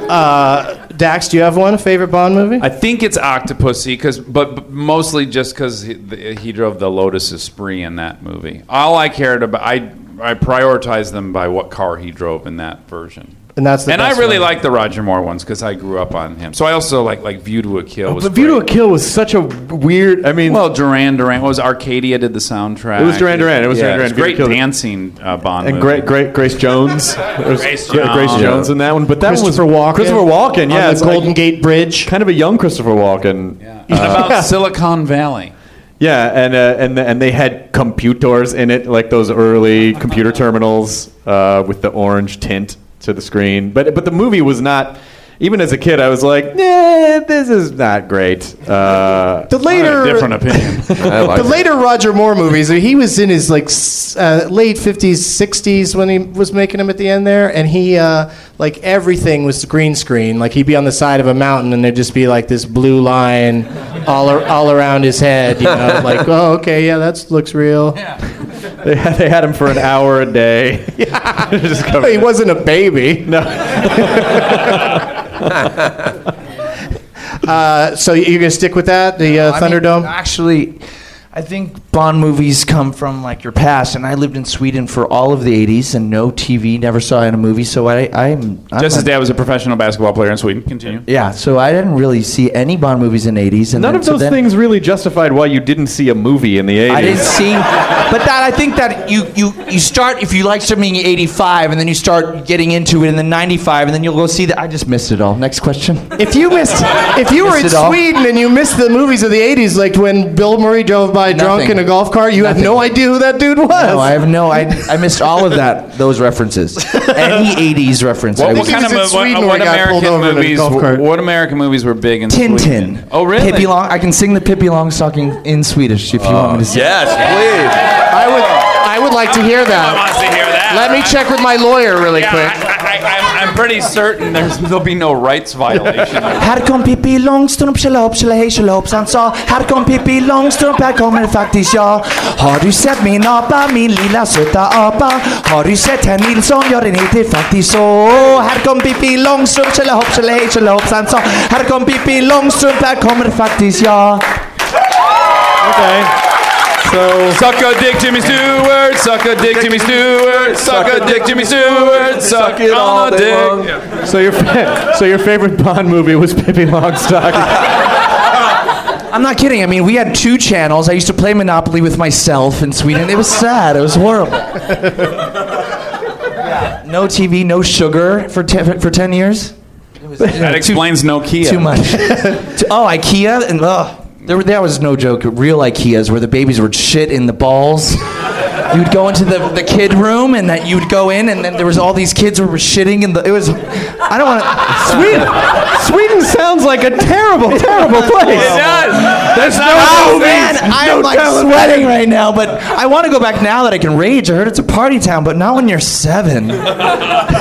Speaker 2: Uh, Dax, do you have one? A favorite Bond movie?
Speaker 6: I think it's Octopussy, because but but mostly just because he, the- he drove the Lotus Esprit in that movie. All I cared about, I I prioritized them by what car he drove in that version.
Speaker 2: And that's the
Speaker 6: and I
Speaker 2: best
Speaker 6: really
Speaker 2: one.
Speaker 6: like the Roger Moore ones because I grew up on him. So I also like like View to a Kill. Was
Speaker 8: Oh, But View to a Kill was such a weird. I mean,
Speaker 6: well, Duran Duran what was Arcadia did the soundtrack.
Speaker 8: It was Duran Duran. It was
Speaker 6: Yeah,
Speaker 8: Duran Duran. View to
Speaker 6: Great
Speaker 8: a Kill.
Speaker 6: dancing uh, Bond
Speaker 8: and
Speaker 6: movie.
Speaker 8: great, great Grace Jones. It was
Speaker 6: Grace
Speaker 8: Gra- Grace
Speaker 6: Jones.
Speaker 8: Jones in that one, but that one was
Speaker 2: Christopher Walken.
Speaker 8: Christopher Walken, yeah,
Speaker 2: On the
Speaker 8: it's like
Speaker 2: Golden Gate Bridge.
Speaker 8: kind of a young Christopher Walken. Uh, Yeah,
Speaker 6: about Silicon Valley.
Speaker 8: yeah, and uh, and and they had computers in it, like those early computer terminals uh, with the orange tint to the screen. But but the movie was not. Even as a kid, I was like, "Nah, this is not great." Uh,
Speaker 2: The later
Speaker 6: different opinion.
Speaker 2: the later Roger Moore movies, he was in his like s- uh, late fifties, sixties when he was making them at the end there, and he uh, like everything was green screen. Like he'd be on the side of a mountain, and there'd just be like this blue line all ar- all around his head. You know, like oh okay, yeah, that looks real.
Speaker 8: they had, they had him for an hour a day. Just covered
Speaker 2: He
Speaker 8: it.
Speaker 2: wasn't a baby.
Speaker 8: No.
Speaker 2: Uh, so you're gonna stick with that, the uh,
Speaker 7: I mean,
Speaker 2: Thunderdome.
Speaker 7: actually,
Speaker 8: I think Bond movies come from like your past, and I lived in Sweden for all of the '80s and no TV, never saw it in a movie. So I, I'm, I'm
Speaker 6: Jess's
Speaker 8: not-
Speaker 6: dad was a professional basketball player in Sweden. Continue.
Speaker 8: yeah. So I didn't really see any Bond movies in the '80s, and
Speaker 5: None
Speaker 8: then-
Speaker 5: of
Speaker 8: so
Speaker 5: those
Speaker 8: then-
Speaker 5: things really justified why you didn't see a movie in the 80s.
Speaker 8: I didn't see, but that I think that you you you start if you like something in '85, and then you start getting into it in the '95, and then you'll go see that. I just missed it all. Next question.
Speaker 2: If you missed, if you were in
Speaker 8: Missed it all.
Speaker 2: Sweden and you missed the movies of the '80s, like when Bill Murray drove by drunk
Speaker 8: Nothing.
Speaker 2: in a golf cart, you have no idea who that dude was.
Speaker 8: No, I have no. I, I missed all of that. Those references. Any '80s reference. I
Speaker 6: What,
Speaker 8: will-
Speaker 6: what kind of
Speaker 2: in
Speaker 6: mo- what,
Speaker 2: Sweden
Speaker 6: what
Speaker 2: where I got pulled
Speaker 6: American
Speaker 2: over in a
Speaker 6: movies?
Speaker 2: golf
Speaker 6: What,
Speaker 2: cart.
Speaker 6: American movies were big in Sweden?
Speaker 8: Tintin.
Speaker 6: Oh, really?
Speaker 8: Pippi Long. I can sing the Pippi Longstocking in Swedish if you
Speaker 6: Uh,
Speaker 8: want me to sing.
Speaker 9: Yes, please.
Speaker 2: I would, I would like to hear
Speaker 6: I
Speaker 2: that.
Speaker 6: want to hear that.
Speaker 2: Let me check with my lawyer really
Speaker 6: Yeah,
Speaker 2: quick.
Speaker 6: I, I, I, I'm, I'm pretty certain there's, there'll be no rights violation.
Speaker 8: Här kom Pippi Långstrump, tjolahopp, tjolahej, tjolahoppsan sa Här kom Pippi Långstrump, här kommer faktiskt jag Har du sett min apa, min lilla söta apa? Har du sett herr Nilsson? Ja, den heter faktiskt så Här kom Pippi Långstrump, tjolahopp, tjolahej, tjolahoppsan sa Här kom Pippi Långstrump, här kommer faktiskt jag
Speaker 5: Okay. So
Speaker 6: suck a dick, Jimmy Stewart. Suck a dick, Jimmy Stewart. Suck a dick, Jimmy Stewart. Suck it all
Speaker 9: day
Speaker 6: dick.
Speaker 9: long.
Speaker 5: So your fa- so your favorite Bond movie was Pippi Longstocking.
Speaker 8: I'm not kidding. I mean, we had two channels. I used to play Monopoly with myself in Sweden. It was sad. It was horrible. Yeah. No TV, no sugar for ten, for ten years.
Speaker 6: That explains Nokia.
Speaker 8: Too much. Too- oh, IKEA and oh. ugh. There, were- that was no joke. Real IKEAs where the babies would shit in the balls. You'd go into the, the kid room and that you'd go in and then there was all these kids who were shitting in the. It was. I don't want to.
Speaker 5: Sweden, Sweden sounds like a terrible, terrible place.
Speaker 6: It does.
Speaker 5: There's no
Speaker 8: Oh
Speaker 5: movies.
Speaker 8: man, I am
Speaker 5: No
Speaker 8: like
Speaker 5: telling.
Speaker 8: sweating right now, but I want to go back now that I can rage. I heard it's a party town, but not when you're seven.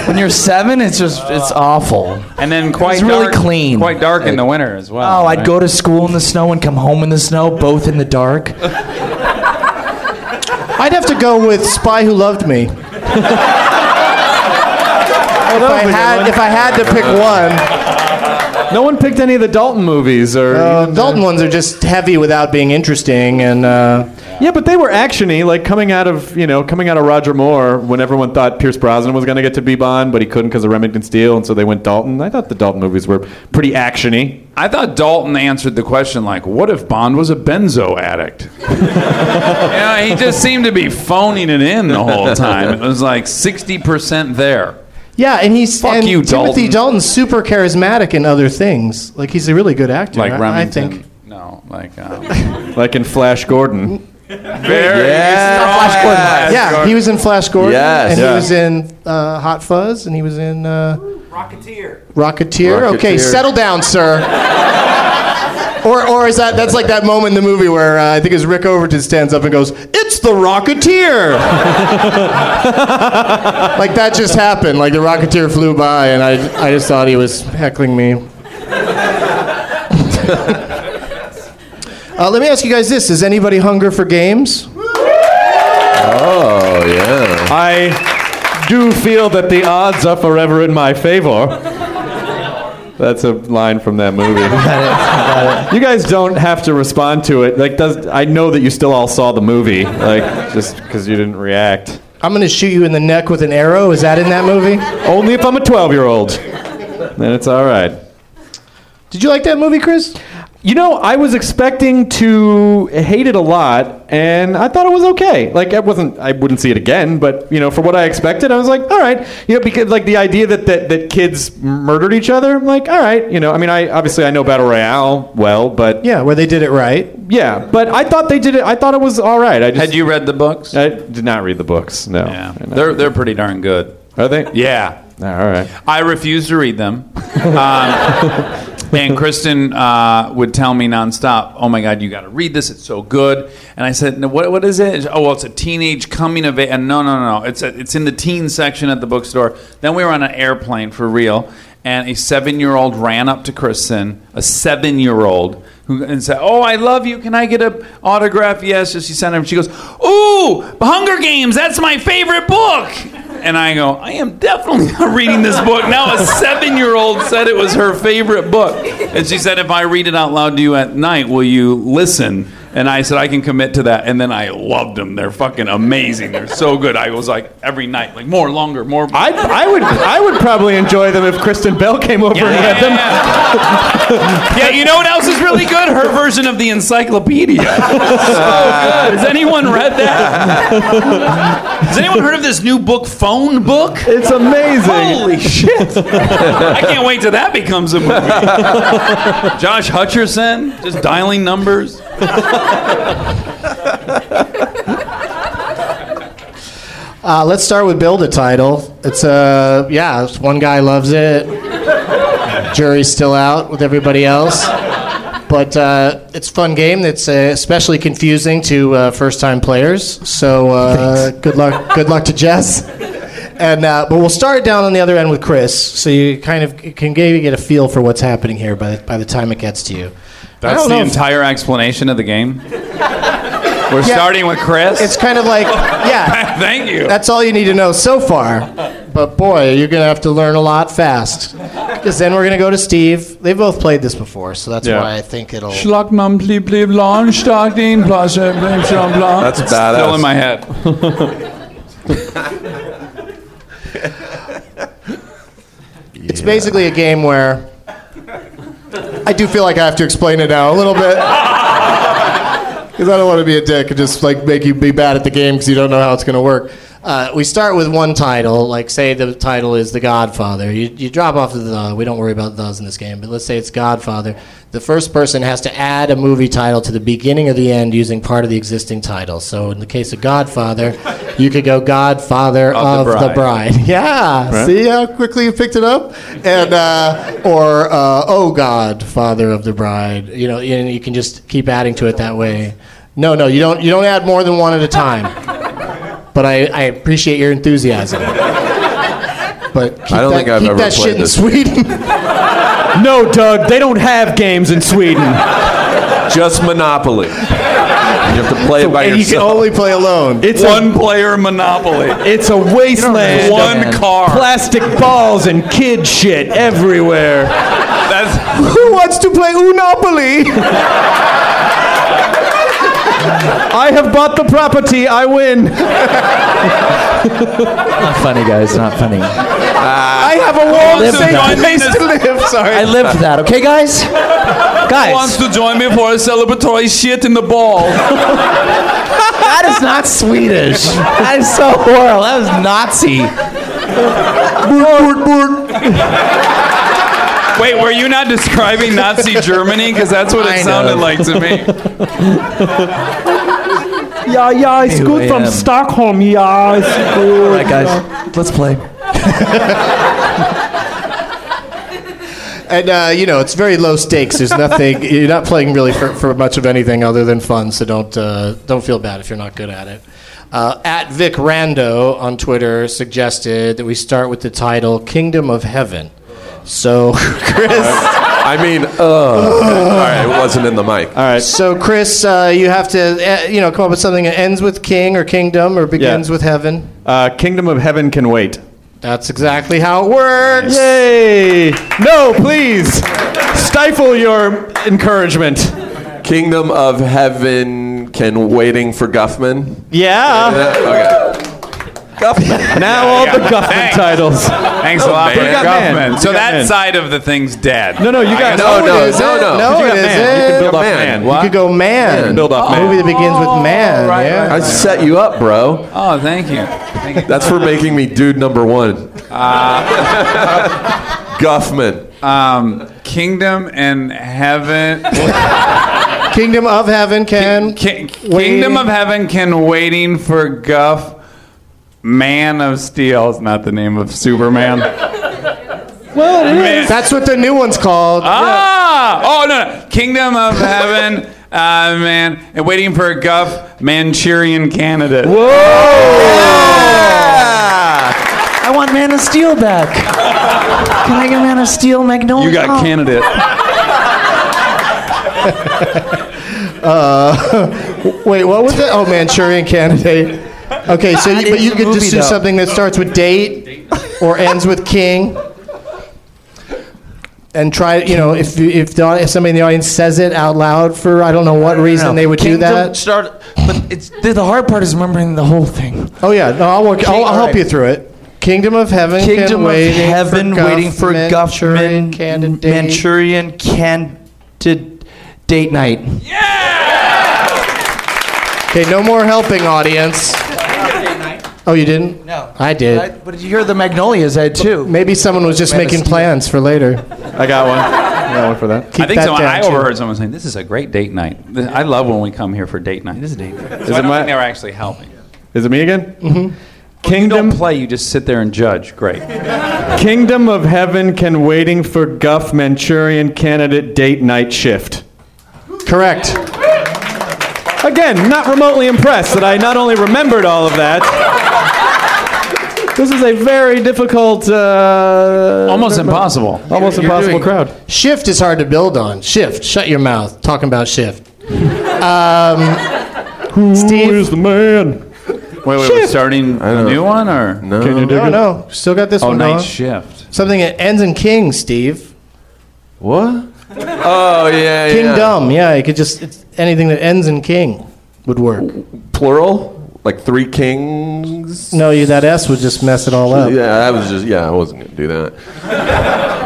Speaker 8: When you're seven, it's just it's awful.
Speaker 6: And then quite
Speaker 8: It's really
Speaker 6: dark,
Speaker 8: clean.
Speaker 6: Quite dark in the winter as well.
Speaker 8: Oh, I'd
Speaker 6: right?
Speaker 8: go to school in the snow and come home in the snow, both in the dark.
Speaker 2: I'd have to go with Spy Who Loved Me. if, I had, if I had to pick one,
Speaker 5: No one picked any of the Dalton movies or.
Speaker 2: uh, Dalton ones are just heavy without being interesting, and uh,
Speaker 5: yeah, but they were actiony, like coming out of you know coming out of Roger Moore when everyone thought Pierce Brosnan was going to get to be Bond, but he couldn't because of Remington Steele, and so they went Dalton. I thought the Dalton movies were pretty actiony.
Speaker 6: I thought Dalton answered the question like, "What if Bond was a benzo addict?" you know, he just seemed to be phoning it in the whole time. It was like sixty percent there.
Speaker 2: yeah, and he's
Speaker 6: Fuck
Speaker 2: and
Speaker 6: you,
Speaker 2: Timothy
Speaker 6: Dalton.
Speaker 2: Dalton's super charismatic in other things. Like he's a really good actor.
Speaker 6: Like
Speaker 2: I, I
Speaker 6: Remington.
Speaker 2: think.
Speaker 6: No, like uh,
Speaker 5: Like in Flash Gordon.
Speaker 6: very strong ass
Speaker 2: yeah,
Speaker 6: guard.
Speaker 2: he was in Flash Gordon.
Speaker 9: Yes.
Speaker 2: and
Speaker 9: Yeah.
Speaker 2: he was in uh, Hot Fuzz, and he was in uh, Rocketeer. Rocketeer. Okay,
Speaker 9: Rocketeer.
Speaker 2: settle down, sir. or, or is that that's like that moment in the movie where uh, I think it's Rick Overton stands up and goes, "It's the Rocketeer." like that just happened. Like the Rocketeer flew by, and I I just thought he was heckling me. Uh, let me ask you guys this: Is anybody hunger for games?
Speaker 9: Oh, yeah.
Speaker 5: I do feel that the odds are forever in my favor. That's a line from that movie. You guys don't have to respond to it. Like, does I know that you still all saw the movie, like just because you didn't react.
Speaker 2: I'm gonna shoot you in the neck with an arrow. Is that in that movie?
Speaker 5: Only if I'm a 12-year-old, then it's all right.
Speaker 2: Did you like that movie, Chris?
Speaker 5: You know, I was expecting to hate it a lot, and I thought it was okay. Like, I wasn't, I wouldn't see it again, but you know, for what I expected, I was like, all right. You know, because like the idea that that, that kids murdered each other, I'm like, all right. You know, I mean, I obviously I know battle royale well, but yeah,
Speaker 2: Yeah, where they did it right.
Speaker 5: but I thought they did it. I thought it was all right. I just,
Speaker 6: Had you read the books?
Speaker 5: I did not read the books. No.
Speaker 6: yeah,
Speaker 5: I did not.
Speaker 6: they're they're pretty darn good.
Speaker 5: Are they?
Speaker 6: Yeah,
Speaker 5: All right.
Speaker 6: I refuse to read them. Um, and Kristen uh, would tell me nonstop, "Oh my God, you got to read this. It's so good." And I said, no, "What? What is it?" She- Oh, well, it's a teenage coming of age. And no, no, no, no. It's a, it's in the teen section at the bookstore. Then we were on an airplane for real, and a seven-year-old ran up to Kristen, a seven-year-old. Who, and said, "Oh, I love you. Can I get a autograph?" Yes. So she sent him. She goes, "Ooh, Hunger Games. That's my favorite book." And I go, I am definitely not reading this book. Now a seven year old said it was her favorite book. And she said, if I read it out loud to you at night, will you listen? And I said, I can commit to that. And then I loved them. They're fucking amazing. They're so good. I was like, every night, like, more, longer, more. I,
Speaker 8: I would I would probably enjoy them if Kristen Bell came over and read them.
Speaker 6: yeah, you know what else is really good? Her version of the encyclopedia. so
Speaker 2: Uh,
Speaker 6: good. Has anyone read that? Has anyone heard of this new book, Phone Book?
Speaker 8: It's amazing.
Speaker 6: Holy shit. I can't wait till that becomes a movie. Josh Hutcherson, just dialing numbers.
Speaker 2: Uh, let's start with build a title. It's uh, yeah, it's one guy loves it. Jury's still out with everybody else, but uh, it's a fun game. That's uh, especially confusing to uh, first-time players. So uh, good luck, good luck to Jess. And uh, but we'll start down on the other end with Chris, so you kind of can maybe get a feel for what's happening here by the, by the time it gets to you. I
Speaker 6: That's
Speaker 2: don't
Speaker 6: the
Speaker 2: know if-
Speaker 6: entire explanation of the game. We're
Speaker 2: Yeah.
Speaker 6: starting with Chris.
Speaker 2: It's kind of like yeah.
Speaker 6: Thank you.
Speaker 2: That's all you need to know so far. But boy, you're going to have to learn a lot fast. Because then we're going to go to Steve. They both played this before, so that's
Speaker 6: Yeah.
Speaker 2: why I think it'll.
Speaker 10: Schlag man blieb blieb lan, schlag den Blase, blieb schon blan.
Speaker 6: That's badass. Still in my head.
Speaker 2: It's basically a game where. I do feel like I have to explain it now a little bit. Because I don't want to be a dick and just like make you be bad at the game because you don't know how it's going to work. Uh, we start with one title, like say the title is The Godfather. You, you drop off the the. We don't worry about the's in this game, but let's say it's Godfather. The first person has to add a movie title to the beginning or the end using part of the existing title. So in the case of Godfather, you could go Godfather
Speaker 10: Of
Speaker 2: of,
Speaker 10: the
Speaker 2: the
Speaker 10: Bride.
Speaker 2: Bride. Yeah,
Speaker 10: Right.
Speaker 2: see how quickly you picked it up, and uh, or uh, oh God, Father of the Bride. You know, and you can just keep adding to it that way. No, no, you don't. You don't add more than one at a time. But I, I appreciate your enthusiasm. But keep
Speaker 5: I don't
Speaker 2: that,
Speaker 5: think I've
Speaker 2: keep
Speaker 5: ever
Speaker 2: that
Speaker 5: played
Speaker 2: shit
Speaker 5: this.
Speaker 2: in Sweden.
Speaker 8: no, Doug, they don't have games in Sweden.
Speaker 5: Just Monopoly. You have to play it by
Speaker 8: And you
Speaker 5: yourself.
Speaker 8: can only
Speaker 2: play alone.
Speaker 8: It's a-
Speaker 6: one player Monopoly.
Speaker 8: It's a wasteland.
Speaker 6: You don't understand. One car.
Speaker 8: Plastic balls and kid shit everywhere.
Speaker 6: That's
Speaker 8: Who wants to play Unopoly? I have bought the property. I win.
Speaker 7: Not funny, guys. Not funny.
Speaker 8: I have a wall
Speaker 7: Live
Speaker 8: safe
Speaker 7: that.
Speaker 8: place to live. Sorry.
Speaker 7: I lived that, okay, guys? Guys.
Speaker 6: Wants to join me for a celebratory shit in the ball.
Speaker 7: That is not Swedish. That is so horrible. That was Nazi.
Speaker 6: Wait, were you not describing Nazi Germany? Because that's what it
Speaker 7: Kind
Speaker 6: sounded
Speaker 7: of.
Speaker 6: like to me.
Speaker 10: Yeah, yeah, it's
Speaker 7: Hey,
Speaker 10: good from
Speaker 7: Liam.
Speaker 10: Stockholm. Yeah, it's good.
Speaker 7: All right, guys. Let's play.
Speaker 2: And uh, you know, it's very low stakes. There's nothing. You're not playing really for, for much of anything other than fun. So don't uh, don't feel bad if you're not good at it. Uh, at Vic Rando on Twitter suggested that we start with the title "Kingdom of Heaven." So, Chris.
Speaker 5: I mean, uh. All right, it wasn't in the mic. All
Speaker 8: right.
Speaker 2: So, Chris, uh, you have to uh, you know come up with something that ends with king or kingdom or begins
Speaker 8: Yeah.
Speaker 2: with heaven.
Speaker 8: Uh, Kingdom of Heaven can wait.
Speaker 2: That's exactly how it works.
Speaker 8: Yay! No, please stifle your encouragement.
Speaker 5: Kingdom of Heaven can waiting for Guffman.
Speaker 8: Yeah.
Speaker 5: Yeah, okay. Guffman.
Speaker 8: Now all the Guffman
Speaker 6: Thanks.
Speaker 8: titles.
Speaker 6: Thanks a lot,
Speaker 5: Oh,
Speaker 6: Brett
Speaker 5: man.
Speaker 8: You
Speaker 6: Kaufman.
Speaker 8: got
Speaker 6: So that
Speaker 8: man.
Speaker 6: side of the thing's dead.
Speaker 8: No, no, you
Speaker 6: I
Speaker 8: got-
Speaker 6: guess-
Speaker 5: No,
Speaker 2: it
Speaker 5: no,
Speaker 2: isn't.
Speaker 5: no, no.
Speaker 2: No,
Speaker 8: You
Speaker 2: it
Speaker 8: got man. You
Speaker 2: isn't.
Speaker 8: can
Speaker 5: Build up
Speaker 8: Man.
Speaker 5: man.
Speaker 2: You could go man.
Speaker 8: Build up man.
Speaker 2: A movie that begins with man.
Speaker 6: right,
Speaker 2: yeah.
Speaker 6: right,
Speaker 5: I set you up, bro.
Speaker 6: Oh, thank you. Thank you.
Speaker 5: That's for making me dude number one.
Speaker 8: Uh,
Speaker 5: Guffman.
Speaker 6: Um, kingdom and heaven.
Speaker 2: Kingdom of Heaven can.
Speaker 6: Ki- Kingdom of Heaven can waiting for Guff. Man of Steel is not the name of Superman.
Speaker 8: Well, it is.
Speaker 2: That's what the new one's called.
Speaker 6: Ah! Oh no, no. Kingdom of Heaven. Uh, man, and waiting for Guff Manchurian candidate.
Speaker 8: Whoa!
Speaker 7: I want Man of Steel back. Can I get Man of Steel Magnolia?
Speaker 6: You got candidate.
Speaker 2: Wait, what was it? Oh, Manchurian Candidate. Okay, so
Speaker 7: That
Speaker 2: you, but
Speaker 7: is
Speaker 2: you
Speaker 7: a
Speaker 2: could
Speaker 7: movie,
Speaker 2: just do
Speaker 7: though.
Speaker 2: something that starts with date or ends with king. and try, you know, if you- if, the, if somebody in the audience says it out loud for I don't know what reason they would do
Speaker 7: Kingdom
Speaker 2: that.
Speaker 7: Start, but it's the, the hard part is remembering the whole thing.
Speaker 2: Oh yeah, no, I'll work. I'll,
Speaker 7: King-
Speaker 2: I'll help
Speaker 7: alright.
Speaker 2: you through it. Kingdom of heaven. can
Speaker 7: Kingdom of
Speaker 2: waiting
Speaker 7: Heaven
Speaker 2: for
Speaker 7: waiting for
Speaker 2: Guffman,
Speaker 7: Guffman Manchurian candid date night.
Speaker 2: Okay, no more helping, audience. Oh, you didn't?
Speaker 7: No.
Speaker 2: I did.
Speaker 7: I- but you hear the Magnolias had too.
Speaker 2: Maybe someone was just
Speaker 7: Wait,
Speaker 2: making
Speaker 7: let's see.
Speaker 2: plans for later.
Speaker 8: I got one. I got one for that.
Speaker 6: I think
Speaker 2: that
Speaker 6: someone,
Speaker 2: down,
Speaker 6: I
Speaker 2: too.
Speaker 6: overheard someone saying, "This is a great date night. Th- I love when we come here for date night. This is a date night." So
Speaker 8: Is
Speaker 6: I
Speaker 8: it
Speaker 6: don't
Speaker 8: my-
Speaker 6: think they were actually helping.
Speaker 8: Is it me again?
Speaker 6: Kingdom you don't play. You just sit there and judge. Great.
Speaker 8: Kingdom of Heaven can waiting for Guff Manchurian candidate date night shift.
Speaker 2: Correct.
Speaker 8: Again, not remotely impressed that I not only remembered all of that. This is a very difficult, uh,
Speaker 6: Almost impossible.
Speaker 8: almost
Speaker 2: You're
Speaker 8: impossible
Speaker 2: doing-
Speaker 8: crowd.
Speaker 2: Shift is hard to build on. Shift. Shut your mouth. Talking about shift. Um,
Speaker 8: Who is the man?
Speaker 6: Wait, wait, we're starting a new one or
Speaker 5: No.
Speaker 8: Can you dig
Speaker 2: No,
Speaker 8: it?
Speaker 2: no. Still got this
Speaker 6: Oh,
Speaker 2: one.
Speaker 6: night
Speaker 2: going.
Speaker 6: shift.
Speaker 2: Something that ends in king, Steve.
Speaker 5: What? Oh yeah, yeah.
Speaker 2: Kingdom. Yeah, you could just it's anything that ends in king would work.
Speaker 5: Plural? Like three kings?
Speaker 2: No, you that s would just mess it all up.
Speaker 5: Yeah, that was just yeah. I wasn't gonna do that.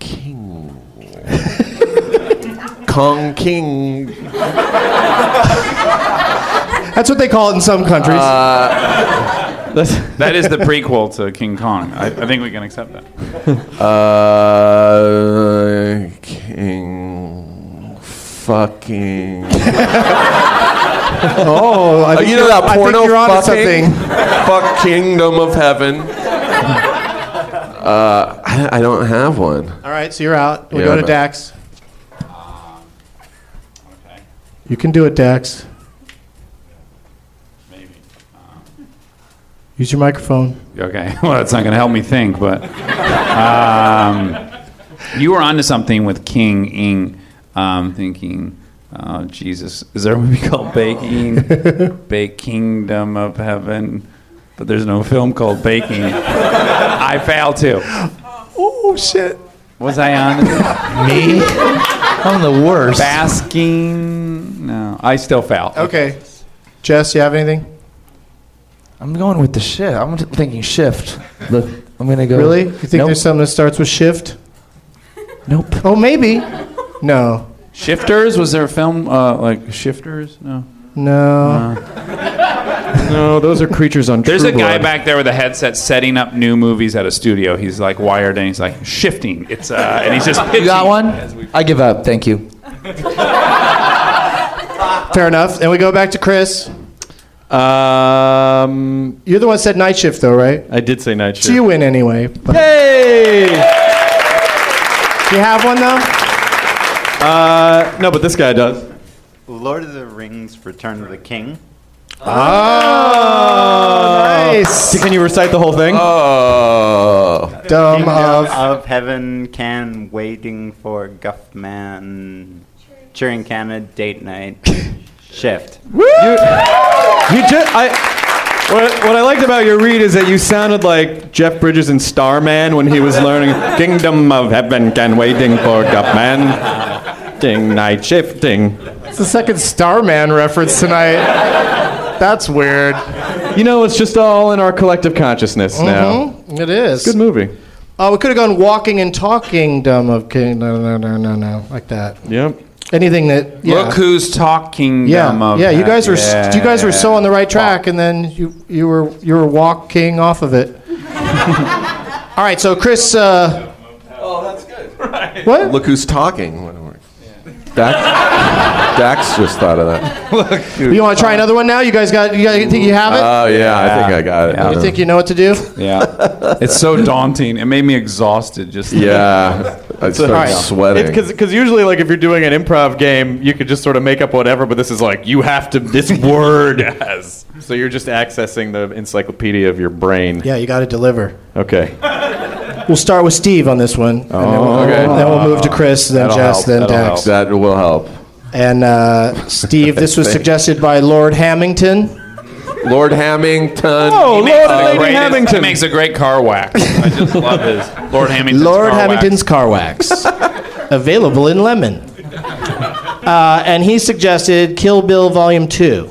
Speaker 5: King. Kong King.
Speaker 2: That's what they call it in some countries.
Speaker 6: That is the prequel to King Kong. I, I think we can accept that.
Speaker 5: Uh, King. Fucking.
Speaker 2: oh, I
Speaker 5: Uh,
Speaker 2: think
Speaker 5: you know
Speaker 2: you're-
Speaker 5: that porno
Speaker 2: I think you're onto
Speaker 5: fucking
Speaker 2: something.
Speaker 5: fuck kingdom of heaven. Uh, I, I don't have one.
Speaker 2: All right, so you're out. We
Speaker 5: Yeah,
Speaker 2: go
Speaker 5: I'm
Speaker 2: to
Speaker 5: out.
Speaker 2: Dax. You can do it, Dax.
Speaker 6: Maybe.
Speaker 2: Use your microphone.
Speaker 6: Okay. Well, that's not going to help me think, but um, you were onto something with King Ing. Um, thinking, oh, Jesus, is there a movie called Baking? Bake Kingdom of Heaven? But there's no film called Baking. I fail too.
Speaker 5: Oh shit.
Speaker 6: Was I on
Speaker 7: Me? I'm the worst.
Speaker 6: basking? No, I still fail.
Speaker 2: Okay. Jess, you have anything?
Speaker 7: I'm going with the shift. I'm t- thinking shift. Look, I'm gonna go.
Speaker 2: Really? You think
Speaker 7: nope.
Speaker 2: there's something that starts with shift?
Speaker 7: Nope.
Speaker 2: Oh, maybe. No.
Speaker 6: Shifters? Was there a film uh, like Shifters? No.
Speaker 2: No.
Speaker 8: No, those are creatures on.
Speaker 6: There's
Speaker 8: True
Speaker 6: a guy
Speaker 8: Blood.
Speaker 6: back there with a headset setting up new movies at a studio. He's like wired and he's like shifting. It's uh, and he's just
Speaker 7: You got one? I give up. Thank you.
Speaker 2: Fair enough. And we go back to Chris.
Speaker 8: Um,
Speaker 2: You're the one that said night shift, though, right?
Speaker 8: I did say night shift.
Speaker 2: So you win anyway. But
Speaker 8: Hey!
Speaker 2: Do you have one, though?
Speaker 8: Uh, no, but this guy does.
Speaker 4: Lord of the Rings: Return of the King.
Speaker 2: nice.
Speaker 8: Can you recite the whole thing?
Speaker 5: Uh, Oh.
Speaker 2: Dumb
Speaker 4: Kingdom
Speaker 2: of.
Speaker 4: of Heaven can waiting for Guffman. Cheering Canada date night shift.
Speaker 8: You, you just I. What, what I liked about your read is that you sounded like Jeff Bridges in Starman when he was learning Kingdom of Heaven can waiting for Guffman. Ding night shifting.
Speaker 2: It's the second Starman reference tonight. That's weird.
Speaker 8: You know, it's just all in our collective consciousness now.
Speaker 2: Mhm, It is.
Speaker 8: Good movie.
Speaker 2: Oh, we could have gone walking and talking, dumb of king. No, no, no, no, no, like that.
Speaker 8: Yep.
Speaker 2: Anything that. Yeah.
Speaker 6: Look who's talking.
Speaker 2: yeah,
Speaker 6: Of
Speaker 2: yeah. You guys were
Speaker 6: Yeah.
Speaker 2: you guys were so on the right track, and then you you were you were walking off of it. All right, so Chris, uh,
Speaker 5: Oh, that's good.
Speaker 2: what?
Speaker 5: Look who's talking. Whatever. Dax, Dax just thought of that.
Speaker 2: You want to try another one now? You guys got you guys think you have it?
Speaker 5: Oh yeah, I think I got it.
Speaker 6: Yeah.
Speaker 2: you think you know what to do?
Speaker 6: Yeah, it's so daunting. It made me exhausted. Just
Speaker 5: yeah. I started sweating.
Speaker 8: Because usually, like, if you're doing an improv game, you could just sort of make up whatever, but this is like, you have to, this word has. So you're just accessing the encyclopedia of your brain.
Speaker 2: Yeah, you got to deliver.
Speaker 8: Okay.
Speaker 2: We'll start with Steve on this one, and then, we'll,
Speaker 5: okay.
Speaker 2: then we'll move to Chris, then
Speaker 8: That'll
Speaker 2: Jess,
Speaker 8: help,
Speaker 2: then
Speaker 8: that'll
Speaker 2: Dax.
Speaker 5: that will help.
Speaker 2: And uh, Steve, this was
Speaker 5: Thanks.
Speaker 2: suggested by Lord Hammington.
Speaker 5: Lord Um, Hammington.
Speaker 8: Oh, He makes Lord and a Lady great-
Speaker 6: Hammington. He makes a great car wax. I just love his Lord Hammington's
Speaker 2: Lord
Speaker 6: car
Speaker 2: Hamilton's
Speaker 6: wax.
Speaker 2: Car Wax, available in lemon. Uh, and he suggested Kill Bill Volume 2.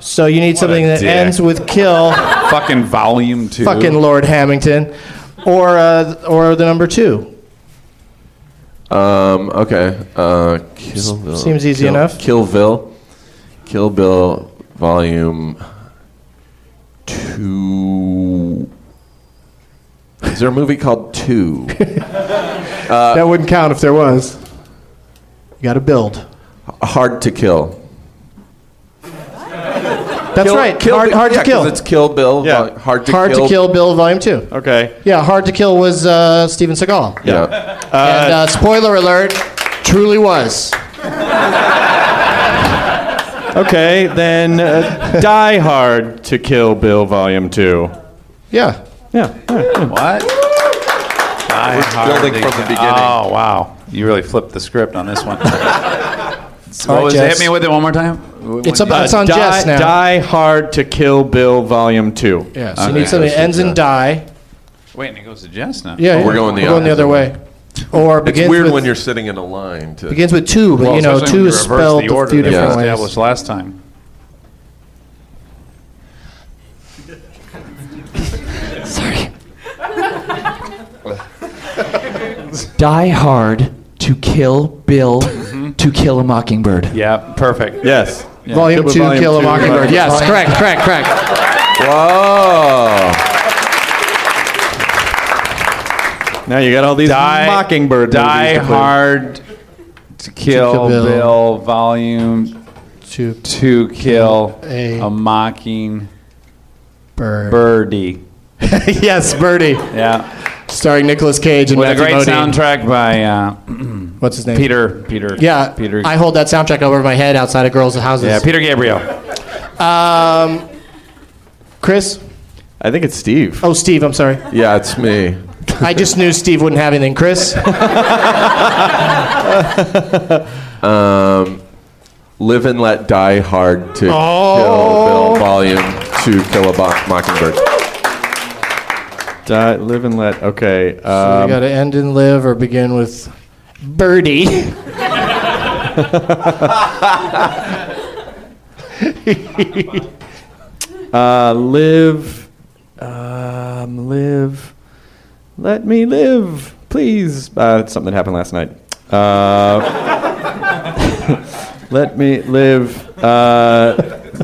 Speaker 2: So you need something that
Speaker 6: dick.
Speaker 2: ends with kill,
Speaker 6: Fucking volume two.
Speaker 2: fucking Lord Hamilton, or, uh, or the number two.
Speaker 5: Um, okay. Uh, Kill Bill.
Speaker 2: seems easy
Speaker 5: Kill-
Speaker 2: enough.
Speaker 5: Kill Bill. Kill Bill Volume 2. Is there a movie called 2? Uh,
Speaker 2: that wouldn't count if there was. You gotta build.
Speaker 5: Hard to Kill.
Speaker 2: That's
Speaker 5: Kill-
Speaker 2: right.
Speaker 5: Kill
Speaker 2: hard
Speaker 5: Bill-
Speaker 2: hard
Speaker 5: yeah,
Speaker 2: to kill.
Speaker 5: 'cause It's Kill Bill. Yeah. Hard to
Speaker 2: hard
Speaker 5: Kill.
Speaker 2: to kill Bill Volume 2.
Speaker 8: Okay.
Speaker 2: Yeah, Hard to Kill was uh, Steven Seagal.
Speaker 5: Yeah.
Speaker 2: and uh, spoiler alert, truly was.
Speaker 8: Okay, then uh, Die Hard to Kill Bill Volume 2.
Speaker 2: Yeah.
Speaker 8: Yeah.
Speaker 6: What? I hardly-
Speaker 5: building from the beginning.
Speaker 6: Oh wow, you really flipped the script on this one.
Speaker 2: All
Speaker 6: what
Speaker 2: right,
Speaker 6: was it?
Speaker 2: Jess.
Speaker 6: Hit me with it one more time.
Speaker 2: It's up- it's on
Speaker 8: die,
Speaker 2: Jess now.
Speaker 8: Die Hard to Kill Bill Volume 2.
Speaker 2: Yeah, so you need something that ends in die.
Speaker 6: Wait, and it goes to Jess now. Oh,
Speaker 2: Yeah, yeah.
Speaker 5: we're going the
Speaker 2: other way. Or
Speaker 5: It's
Speaker 2: begins
Speaker 5: weird
Speaker 2: with,
Speaker 5: when you're sitting in a line. To,
Speaker 2: begins with two, but
Speaker 6: Well,
Speaker 2: you know,
Speaker 6: especially
Speaker 2: two
Speaker 6: when you
Speaker 2: is
Speaker 6: reverse
Speaker 2: spelled
Speaker 6: the
Speaker 2: a
Speaker 6: order
Speaker 2: few
Speaker 6: that we
Speaker 2: different ways.
Speaker 6: established last time.
Speaker 7: Die Hard to Kill Bill to Kill a Mockingbird.
Speaker 6: Mm-hmm. Yeah, perfect.
Speaker 8: Yes.
Speaker 2: Volume two, Kill a Mockingbird. Yes,
Speaker 7: Volume-
Speaker 2: correct, correct, correct.
Speaker 5: Whoa.
Speaker 8: Now you got all these
Speaker 6: Die-
Speaker 8: Mockingbird
Speaker 6: Die
Speaker 8: movies to play.
Speaker 6: Hard to Kill,
Speaker 2: Kill Bill.
Speaker 6: Bill. Volume
Speaker 2: Two
Speaker 6: Two Kill
Speaker 2: A-
Speaker 6: a, Mocking
Speaker 2: bird.
Speaker 6: Birdie.
Speaker 2: yes, Birdie,
Speaker 6: Yeah,
Speaker 2: starring Nicolas Cage and
Speaker 6: with a
Speaker 2: Matthew
Speaker 6: great
Speaker 2: Modine.
Speaker 6: soundtrack by uh,
Speaker 2: What's his name?
Speaker 6: Peter. Peter.
Speaker 2: Yeah,
Speaker 6: Peter.
Speaker 2: I hold that soundtrack over my head outside of girls' houses.
Speaker 6: yeah, Peter Gabriel.
Speaker 2: Um, Chris.
Speaker 8: I think it's Steve.
Speaker 2: Oh, Steve. I'm sorry.
Speaker 5: Yeah, it's me.
Speaker 2: I just knew Steve wouldn't have anything. Chris.
Speaker 5: Um, Live and Let Die Hard to
Speaker 8: Oh.
Speaker 5: Kill Bill Volume 2 Kill a Bo- Mockingbird.
Speaker 8: Die, live and Let. Okay.
Speaker 2: so we
Speaker 8: Um,
Speaker 2: got to end and live or begin with birdie.
Speaker 8: uh, live. Um, live. Let me live, please. Uh, it's something that happened last night. Uh, let me live. Uh,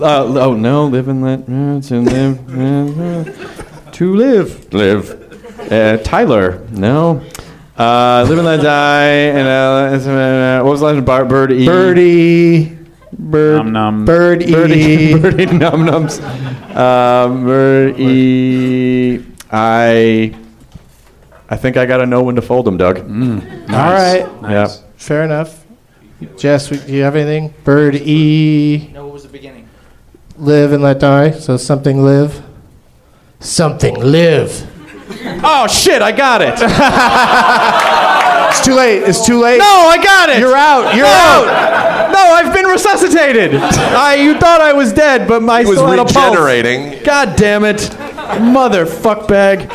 Speaker 8: uh, oh no, live and let uh, to live uh, to live live. Uh, Tyler, no. Uh, live and let die. And uh, uh, what was the last one? Bar- Bird E.
Speaker 2: birdie. Bird.
Speaker 6: Nom nom.
Speaker 2: Birdie.
Speaker 8: Birdie,
Speaker 2: E.
Speaker 8: birdie num nums. Um, birdie, I, I think I gotta know when to fold them, Doug.
Speaker 2: Mm, All right.
Speaker 8: Yeah.
Speaker 2: Fair enough. Jess, do you have anything? Bird E.
Speaker 7: No, what was the beginning?
Speaker 2: Live and let die. So something live. Something live.
Speaker 8: Oh shit! I got it. no,
Speaker 2: It's too late. It's too late.
Speaker 8: I got it.
Speaker 2: You're out. You're
Speaker 8: No!
Speaker 2: out.
Speaker 8: No, I've been resuscitated. I, you thought I was dead, but my
Speaker 5: It was
Speaker 8: still had a pulse.
Speaker 5: regenerating.
Speaker 8: God damn it, mother fuckbag.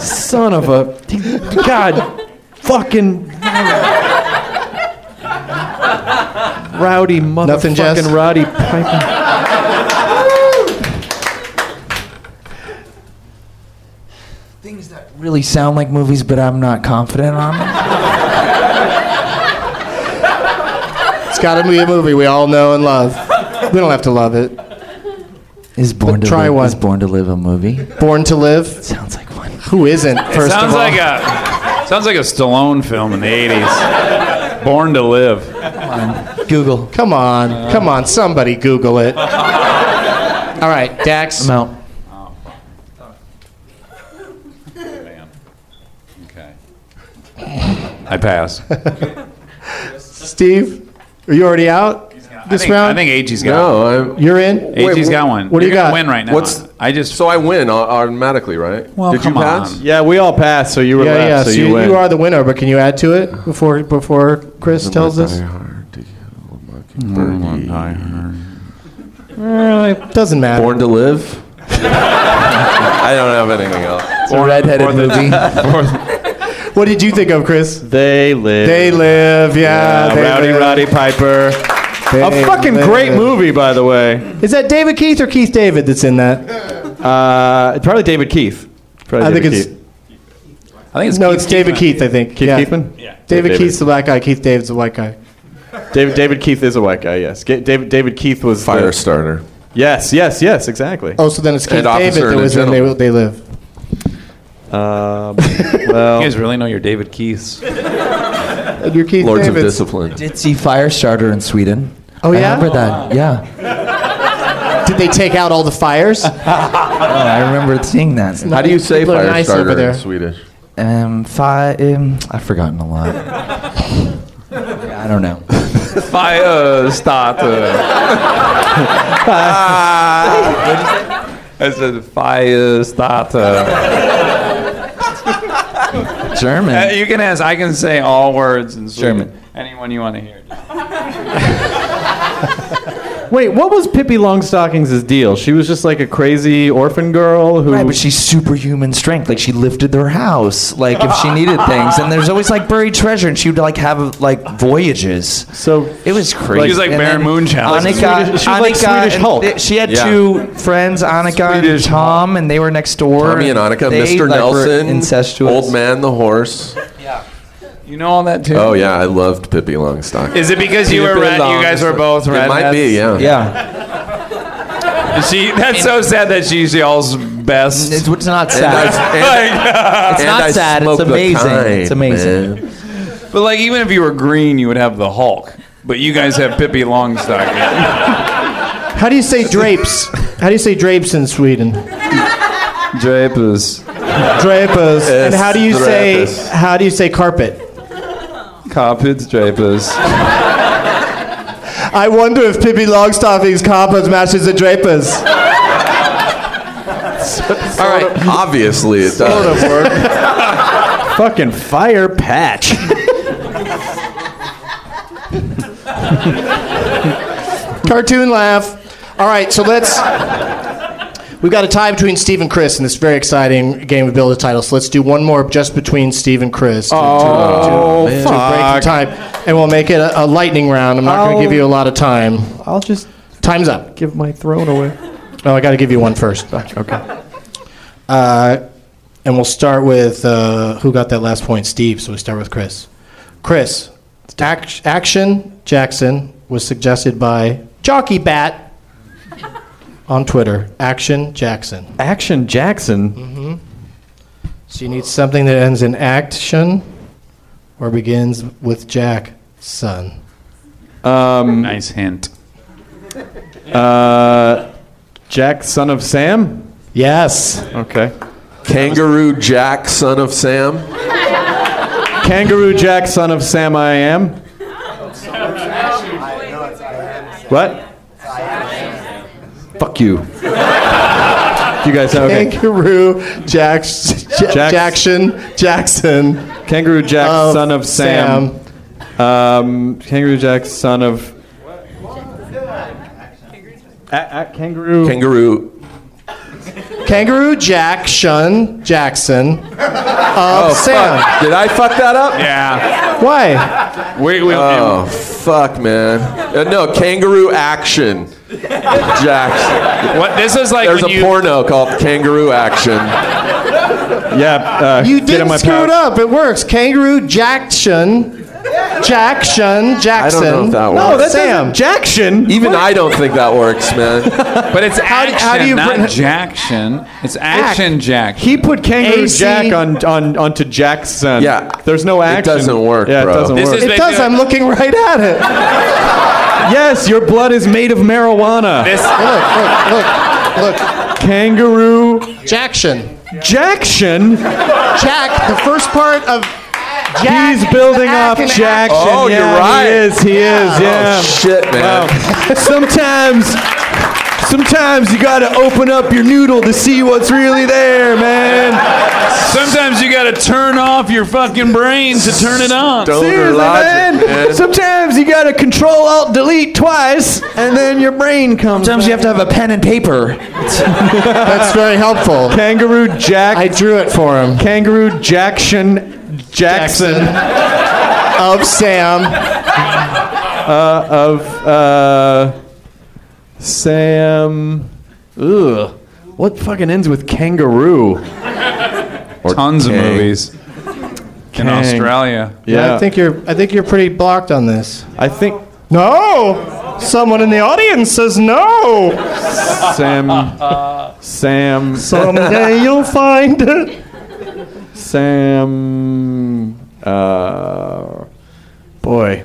Speaker 8: Son of a, God, fucking. Rowdy motherfucking
Speaker 2: Nothing, Jess?
Speaker 8: rowdy piping.
Speaker 7: Things that really sound like movies, but I'm not confident on them.
Speaker 2: It's got to be a movie we all know and love. We don't have to love it.
Speaker 7: Is Born to
Speaker 2: try
Speaker 7: Live,
Speaker 2: one.
Speaker 7: Is Born to Live a movie?
Speaker 2: Born to Live.
Speaker 7: Sounds like one.
Speaker 2: Who isn't? First
Speaker 6: sounds
Speaker 2: of all,
Speaker 6: like a sounds like a Stallone film in the '80s. Born to Live.
Speaker 7: Google.
Speaker 2: come on, come on, somebody Google it. all right, Dax.
Speaker 7: I'm out.
Speaker 6: Okay. I pass.
Speaker 2: Steve, are you already out
Speaker 6: I
Speaker 2: this
Speaker 6: think,
Speaker 2: round?
Speaker 6: I think AG's got. one.
Speaker 5: No, I'm.
Speaker 2: you're in.
Speaker 6: AG's
Speaker 5: Wait,
Speaker 6: got
Speaker 5: wh-
Speaker 6: one.
Speaker 2: what do you
Speaker 6: You're gonna
Speaker 2: got?
Speaker 6: Win right now.
Speaker 5: What's-
Speaker 6: I just
Speaker 5: So I win au- automatically, right?
Speaker 6: Well,
Speaker 5: Did
Speaker 6: come
Speaker 5: you pass?
Speaker 6: on.
Speaker 8: Yeah, we all passed, so you were
Speaker 2: Yeah,
Speaker 8: left,
Speaker 2: yeah.
Speaker 8: so, you, win.
Speaker 2: are the winner, but can you add to it before before Chris tells us?
Speaker 5: Die Hard to Kill a Mockingbird.
Speaker 2: Uh, it doesn't matter.
Speaker 5: Born to Live? I don't have anything else.
Speaker 7: It's a redheaded
Speaker 2: Or the-
Speaker 7: movie.
Speaker 2: What did you think of, Chris?
Speaker 8: They live.
Speaker 2: They live, yeah.
Speaker 8: Yeah,
Speaker 2: They
Speaker 8: Rowdy
Speaker 2: Live.
Speaker 8: Roddy Piper.
Speaker 2: They
Speaker 8: a fucking
Speaker 2: live.
Speaker 8: great movie, by the way.
Speaker 2: Is that David Keith or Keith David that's in that?
Speaker 8: Uh, probably David Keith. Probably
Speaker 2: I
Speaker 8: David
Speaker 2: think it's-
Speaker 8: Keith.
Speaker 6: I think it's
Speaker 2: no,
Speaker 8: Keith
Speaker 2: it's David
Speaker 8: Keithman.
Speaker 2: Keith, I think.
Speaker 8: Keith
Speaker 2: yeah.
Speaker 8: Keithman? Yeah.
Speaker 2: David,
Speaker 8: David.
Speaker 2: Keith's the black guy. Keith David's the white guy.
Speaker 8: David David Keith is a white guy. Yes, Ga- David David Keith was the-
Speaker 5: Firestarter.
Speaker 8: Yes, yes, yes, exactly.
Speaker 2: Oh, so then it's
Speaker 8: And
Speaker 2: Keith
Speaker 8: Officer
Speaker 2: David that
Speaker 8: and a
Speaker 2: was in they,
Speaker 8: Gentleman.
Speaker 2: they Live.
Speaker 8: Um, well,
Speaker 6: you guys really know your David Keiths.
Speaker 2: Your Keith
Speaker 7: Lords of
Speaker 2: Davids.
Speaker 7: Discipline. Did see Firestarter in Sweden.
Speaker 2: Oh,
Speaker 7: I
Speaker 2: yeah?
Speaker 8: Uh,
Speaker 7: remember that. Yeah,
Speaker 2: Did they take out all the fires?
Speaker 7: I remember seeing that.
Speaker 2: How do you say People are nice Firestarter over there. in
Speaker 5: Swedish?
Speaker 7: Um, fi- um, I've forgotten a lot. I don't know.
Speaker 5: Firestarter. I said Firestarter.
Speaker 7: German.
Speaker 6: Uh, you can ask. I can say all words in Swedish.
Speaker 8: German.
Speaker 6: Anyone you want to hear.
Speaker 8: Wait, what was Pippi Longstockings' deal? She was just like a crazy orphan girl who.
Speaker 7: Right, but she's superhuman strength. Like she lifted their house. Like if she needed things, and there's always like buried treasure, and she would like have like voyages.
Speaker 8: So
Speaker 7: it was crazy.
Speaker 6: She was like
Speaker 7: And
Speaker 6: Baron
Speaker 7: then
Speaker 6: Munchausen.
Speaker 7: Annika,
Speaker 6: Swedish- she was like
Speaker 7: Annika
Speaker 6: Swedish
Speaker 7: and
Speaker 6: Hulk.
Speaker 7: th- she had
Speaker 6: Yeah.
Speaker 7: two friends, Annika and Tom, and they were next door.
Speaker 5: Tommy and Annika,
Speaker 7: they,
Speaker 5: Mr.
Speaker 7: like, were
Speaker 5: Nelson,
Speaker 7: incestuous.
Speaker 5: Old Man the Horse.
Speaker 6: You know all that too.
Speaker 5: Oh yeah, I loved Pippi Longstocking.
Speaker 6: Is it because you were
Speaker 5: Pippi
Speaker 6: red? You guys were
Speaker 5: Longstocking.
Speaker 6: both red.
Speaker 5: It might be, yeah.
Speaker 7: Yeah.
Speaker 6: She. That's so sad that she's y'all's best. It's,
Speaker 7: not
Speaker 6: sad.
Speaker 7: It's
Speaker 6: And
Speaker 7: not
Speaker 6: I
Speaker 7: sad. It's
Speaker 6: smoked the
Speaker 7: amazing.
Speaker 6: kind,
Speaker 7: it's amazing.
Speaker 6: But like, even if you were green, you would have the Hulk. But you guys have Pippi Longstocking.
Speaker 2: How do you say drapes? How do you say drapes in Sweden?
Speaker 6: Drapers.
Speaker 2: Drapers.
Speaker 6: Yes,
Speaker 2: and how do you
Speaker 6: drapers.
Speaker 2: say how do you say carpet?
Speaker 6: Carpet drapers.
Speaker 2: I wonder if Pippi Longstocking's carpet matches the drapers.
Speaker 5: All right. Obviously, it
Speaker 8: Sort
Speaker 5: does.
Speaker 8: of work. Fucking fire patch.
Speaker 2: Cartoon laugh. All right, so let's. We've got a tie between Steve and Chris in this very exciting game of Build a Title. So let's do one more just between Steve and Chris to,
Speaker 8: Oh,
Speaker 2: to, to, to break the
Speaker 8: fuck.
Speaker 2: time, and we'll make it a, a lightning round. I'm not going
Speaker 8: I'll-
Speaker 2: to give you a lot of time.
Speaker 8: I'll just
Speaker 2: Time's up.
Speaker 8: give my throne away.
Speaker 2: No, I got to give you one first. Okay. Uh, and we'll start with uh, who got that last point, Steve. So we start with Chris. Chris, ac- action Jackson was suggested by Jockey Bat on Twitter. Action Jackson.
Speaker 8: Action Jackson.
Speaker 2: So you need something that ends in action or begins with Jack Son.
Speaker 8: Um,
Speaker 6: nice hint.
Speaker 8: Uh, Jack, son of Sam.
Speaker 2: Yes.
Speaker 8: Okay.
Speaker 5: Kangaroo Jack, son of Sam.
Speaker 8: Kangaroo Jack, son of Sam, I am. What? Fuck you. you guys have okay.
Speaker 2: Kangaroo Jack- Jack- Jackson Jackson.
Speaker 8: Kangaroo Jack,
Speaker 2: Of
Speaker 8: son of Sam. Um, kangaroo Jack, son of. A- a- kangaroo.
Speaker 5: Kangaroo.
Speaker 2: Kangaroo Jack Shun Jackson of
Speaker 8: Oh,
Speaker 2: Sam.
Speaker 5: Fuck. Did I fuck that up?
Speaker 6: Yeah.
Speaker 2: Why?
Speaker 6: We, we,
Speaker 5: Oh fuck, man. Uh, no, kangaroo action. Jackson.
Speaker 6: what, this is like
Speaker 5: There's
Speaker 6: when
Speaker 5: a
Speaker 6: you,
Speaker 5: porno called Kangaroo Action.
Speaker 8: Yeah. Uh,
Speaker 2: You
Speaker 8: get in
Speaker 2: did
Speaker 8: my
Speaker 2: screw
Speaker 8: pouch.
Speaker 2: it up. It works. Kangaroo Jack Shun Jack Shun Jackson.
Speaker 5: know if
Speaker 2: No,
Speaker 5: that works.
Speaker 2: that's
Speaker 8: Sam.
Speaker 2: Sam.
Speaker 8: Jackson.
Speaker 5: Even I don't think that works, man.
Speaker 6: but it's
Speaker 2: How do-
Speaker 6: action,
Speaker 2: how do you
Speaker 6: not
Speaker 2: bring-
Speaker 6: Jackson. It's action, Jack.
Speaker 8: He put Kangaroo
Speaker 2: AC.
Speaker 8: Jack on, on onto Jackson.
Speaker 5: Yeah.
Speaker 8: There's no
Speaker 5: It
Speaker 8: action.
Speaker 5: doesn't work,
Speaker 8: Yeah,
Speaker 5: bro.
Speaker 8: it doesn't
Speaker 6: This
Speaker 8: work.
Speaker 6: is-
Speaker 2: It does. I'm looking right at it.
Speaker 8: yes, your blood is made of marijuana.
Speaker 6: This,
Speaker 2: Look, look, look.
Speaker 8: Kangaroo
Speaker 2: Jackson.
Speaker 8: Jackson.
Speaker 2: Jack, the first part of Jack.
Speaker 8: He's building up
Speaker 2: Jack and
Speaker 8: Jackson.
Speaker 5: Oh,
Speaker 8: yeah,
Speaker 5: you're right.
Speaker 8: He is. He is.
Speaker 5: Oh
Speaker 8: Yeah.
Speaker 5: shit, man.
Speaker 8: Wow. Sometimes. Sometimes you gotta open up your noodle to see what's really there, man.
Speaker 10: Sometimes you gotta turn off your fucking brain to turn it on.
Speaker 8: Seriously, man. Sometimes you gotta Control Alt Delete twice, and then your brain comes. Sometimes you have to have a pen and paper.
Speaker 2: That's very helpful.
Speaker 8: Kangaroo Jack. I
Speaker 2: drew it for him.
Speaker 8: Kangaroo Jackson. Jackson.
Speaker 2: of Sam.
Speaker 8: Uh, of uh, Sam. Ugh. What fucking ends with kangaroo?
Speaker 6: Tons of movies in
Speaker 8: Kang.
Speaker 6: Australia.
Speaker 2: Yeah. I think you're. I think you're pretty blocked on this.
Speaker 8: I think.
Speaker 2: No. Someone in the audience says no.
Speaker 8: Sam. Sam.
Speaker 2: Someday you'll find it.
Speaker 8: Sam. Uh, boy,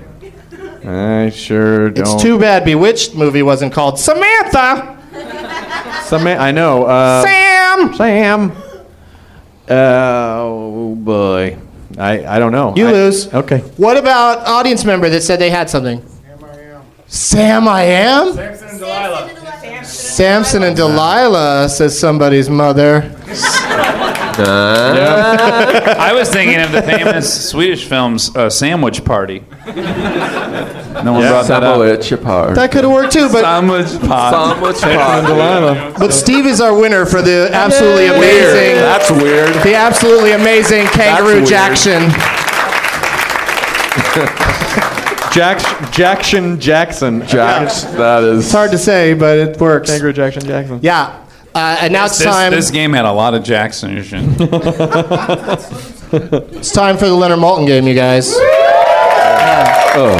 Speaker 8: I sure don't.
Speaker 2: It's too bad Bewitched movie wasn't called Samantha.
Speaker 8: Sam- I know. Uh,
Speaker 2: Sam.
Speaker 8: Sam. Uh, oh boy, I I don't know.
Speaker 2: You
Speaker 8: I-
Speaker 2: lose.
Speaker 8: Okay.
Speaker 2: What about audience member that said they had something? Sam I am. Sam I am. Samson and Delilah says somebody's mother.
Speaker 6: I was thinking of the famous Swedish films uh, Sandwich Party. No one brought that up.
Speaker 5: Sandwich apart.
Speaker 2: That could have worked too, but
Speaker 6: Sandwich
Speaker 5: Sandwich apart.
Speaker 2: But Steve is our winner for the absolutely amazing.
Speaker 5: Weird. That's weird.
Speaker 2: The absolutely amazing Kangaroo
Speaker 8: weird.
Speaker 2: Jackson.
Speaker 8: Jack Jackson Jackson.
Speaker 5: Jax, that is.
Speaker 2: It's hard to say, but it works.
Speaker 8: Kangaroo Jackson Jackson.
Speaker 2: Yeah. Uh, and now it's
Speaker 6: This,
Speaker 2: time.
Speaker 6: this game had a lot of Jackson shit.
Speaker 2: It's time for the Leonard Malton game, you guys.
Speaker 5: Oh,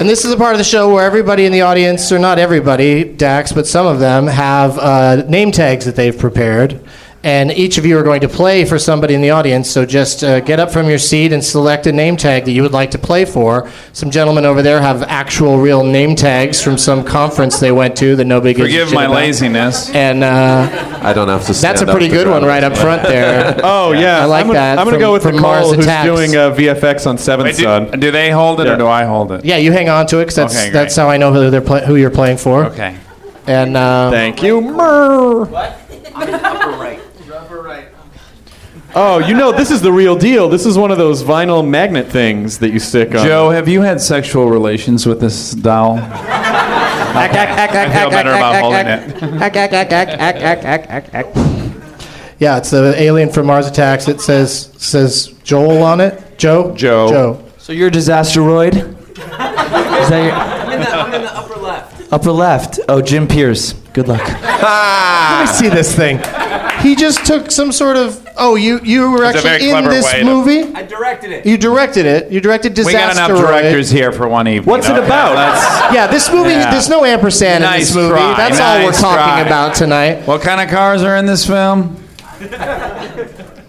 Speaker 2: And this is a part of the show where everybody in the audience, or not everybody, Dax, but some of them, have uh, name tags that they've prepared. And each of you are going to play for somebody in the audience. So just uh, get up from your seat and select a name tag that you would like to play for. Some gentlemen over there have actual real name tags from some conference they went to that nobody gives a
Speaker 6: Forgive
Speaker 2: shit
Speaker 6: my
Speaker 2: about.
Speaker 6: laziness.
Speaker 2: And uh,
Speaker 5: I don't have to.
Speaker 2: that's a
Speaker 5: stand up
Speaker 2: pretty
Speaker 5: to
Speaker 2: good
Speaker 5: grab
Speaker 2: one
Speaker 5: it.
Speaker 2: right up front there.
Speaker 8: Oh yeah,
Speaker 2: I like
Speaker 8: am gonna,
Speaker 2: that
Speaker 8: I'm gonna
Speaker 2: from-
Speaker 8: go with
Speaker 2: from
Speaker 8: Nicole,
Speaker 2: Mars
Speaker 8: who's
Speaker 2: Attacks.
Speaker 8: doing uh, VFX on Seventh
Speaker 6: Wait, do,
Speaker 8: Son.
Speaker 6: do they hold it
Speaker 8: Yeah.
Speaker 6: or do I hold it?
Speaker 2: Yeah, you hang on to it because that's,
Speaker 6: Okay, great.
Speaker 2: that's how I know who, they're play- who you're playing for.
Speaker 6: Okay.
Speaker 2: And uh,
Speaker 8: Thank you, Mer. What? Oh, you know this is the real deal. This is one of those vinyl magnet things that you stick on.
Speaker 6: Joe, have you had sexual relations with this doll? I feel better about holding it.
Speaker 2: Yeah, it's the alien from Mars Attacks. It says says Joel on it. Joe.
Speaker 8: Joe.
Speaker 2: Joe.
Speaker 7: So you're a disasteroid? Is that your... I'm, in the, I'm in the upper left. Upper left. Oh, Jim Pierce. Good luck.
Speaker 2: Let me see this thing. He just took some sort of. Oh, you you were
Speaker 6: It's a
Speaker 2: actually
Speaker 6: very
Speaker 2: in
Speaker 6: clever
Speaker 2: this
Speaker 6: way to-
Speaker 2: movie.
Speaker 7: I directed it.
Speaker 2: You directed it. You directed
Speaker 6: We got
Speaker 2: Disaster.
Speaker 6: enough directors here for one evening.
Speaker 8: What's it
Speaker 6: okay?
Speaker 8: about?
Speaker 6: Let's-
Speaker 2: Yeah, this movie.
Speaker 6: Yeah.
Speaker 2: There's no ampersand in
Speaker 6: Nice
Speaker 2: this movie.
Speaker 6: try,
Speaker 2: That's all we're
Speaker 6: nice
Speaker 2: talking
Speaker 6: try.
Speaker 2: about tonight.
Speaker 6: what kind of cars are in this film?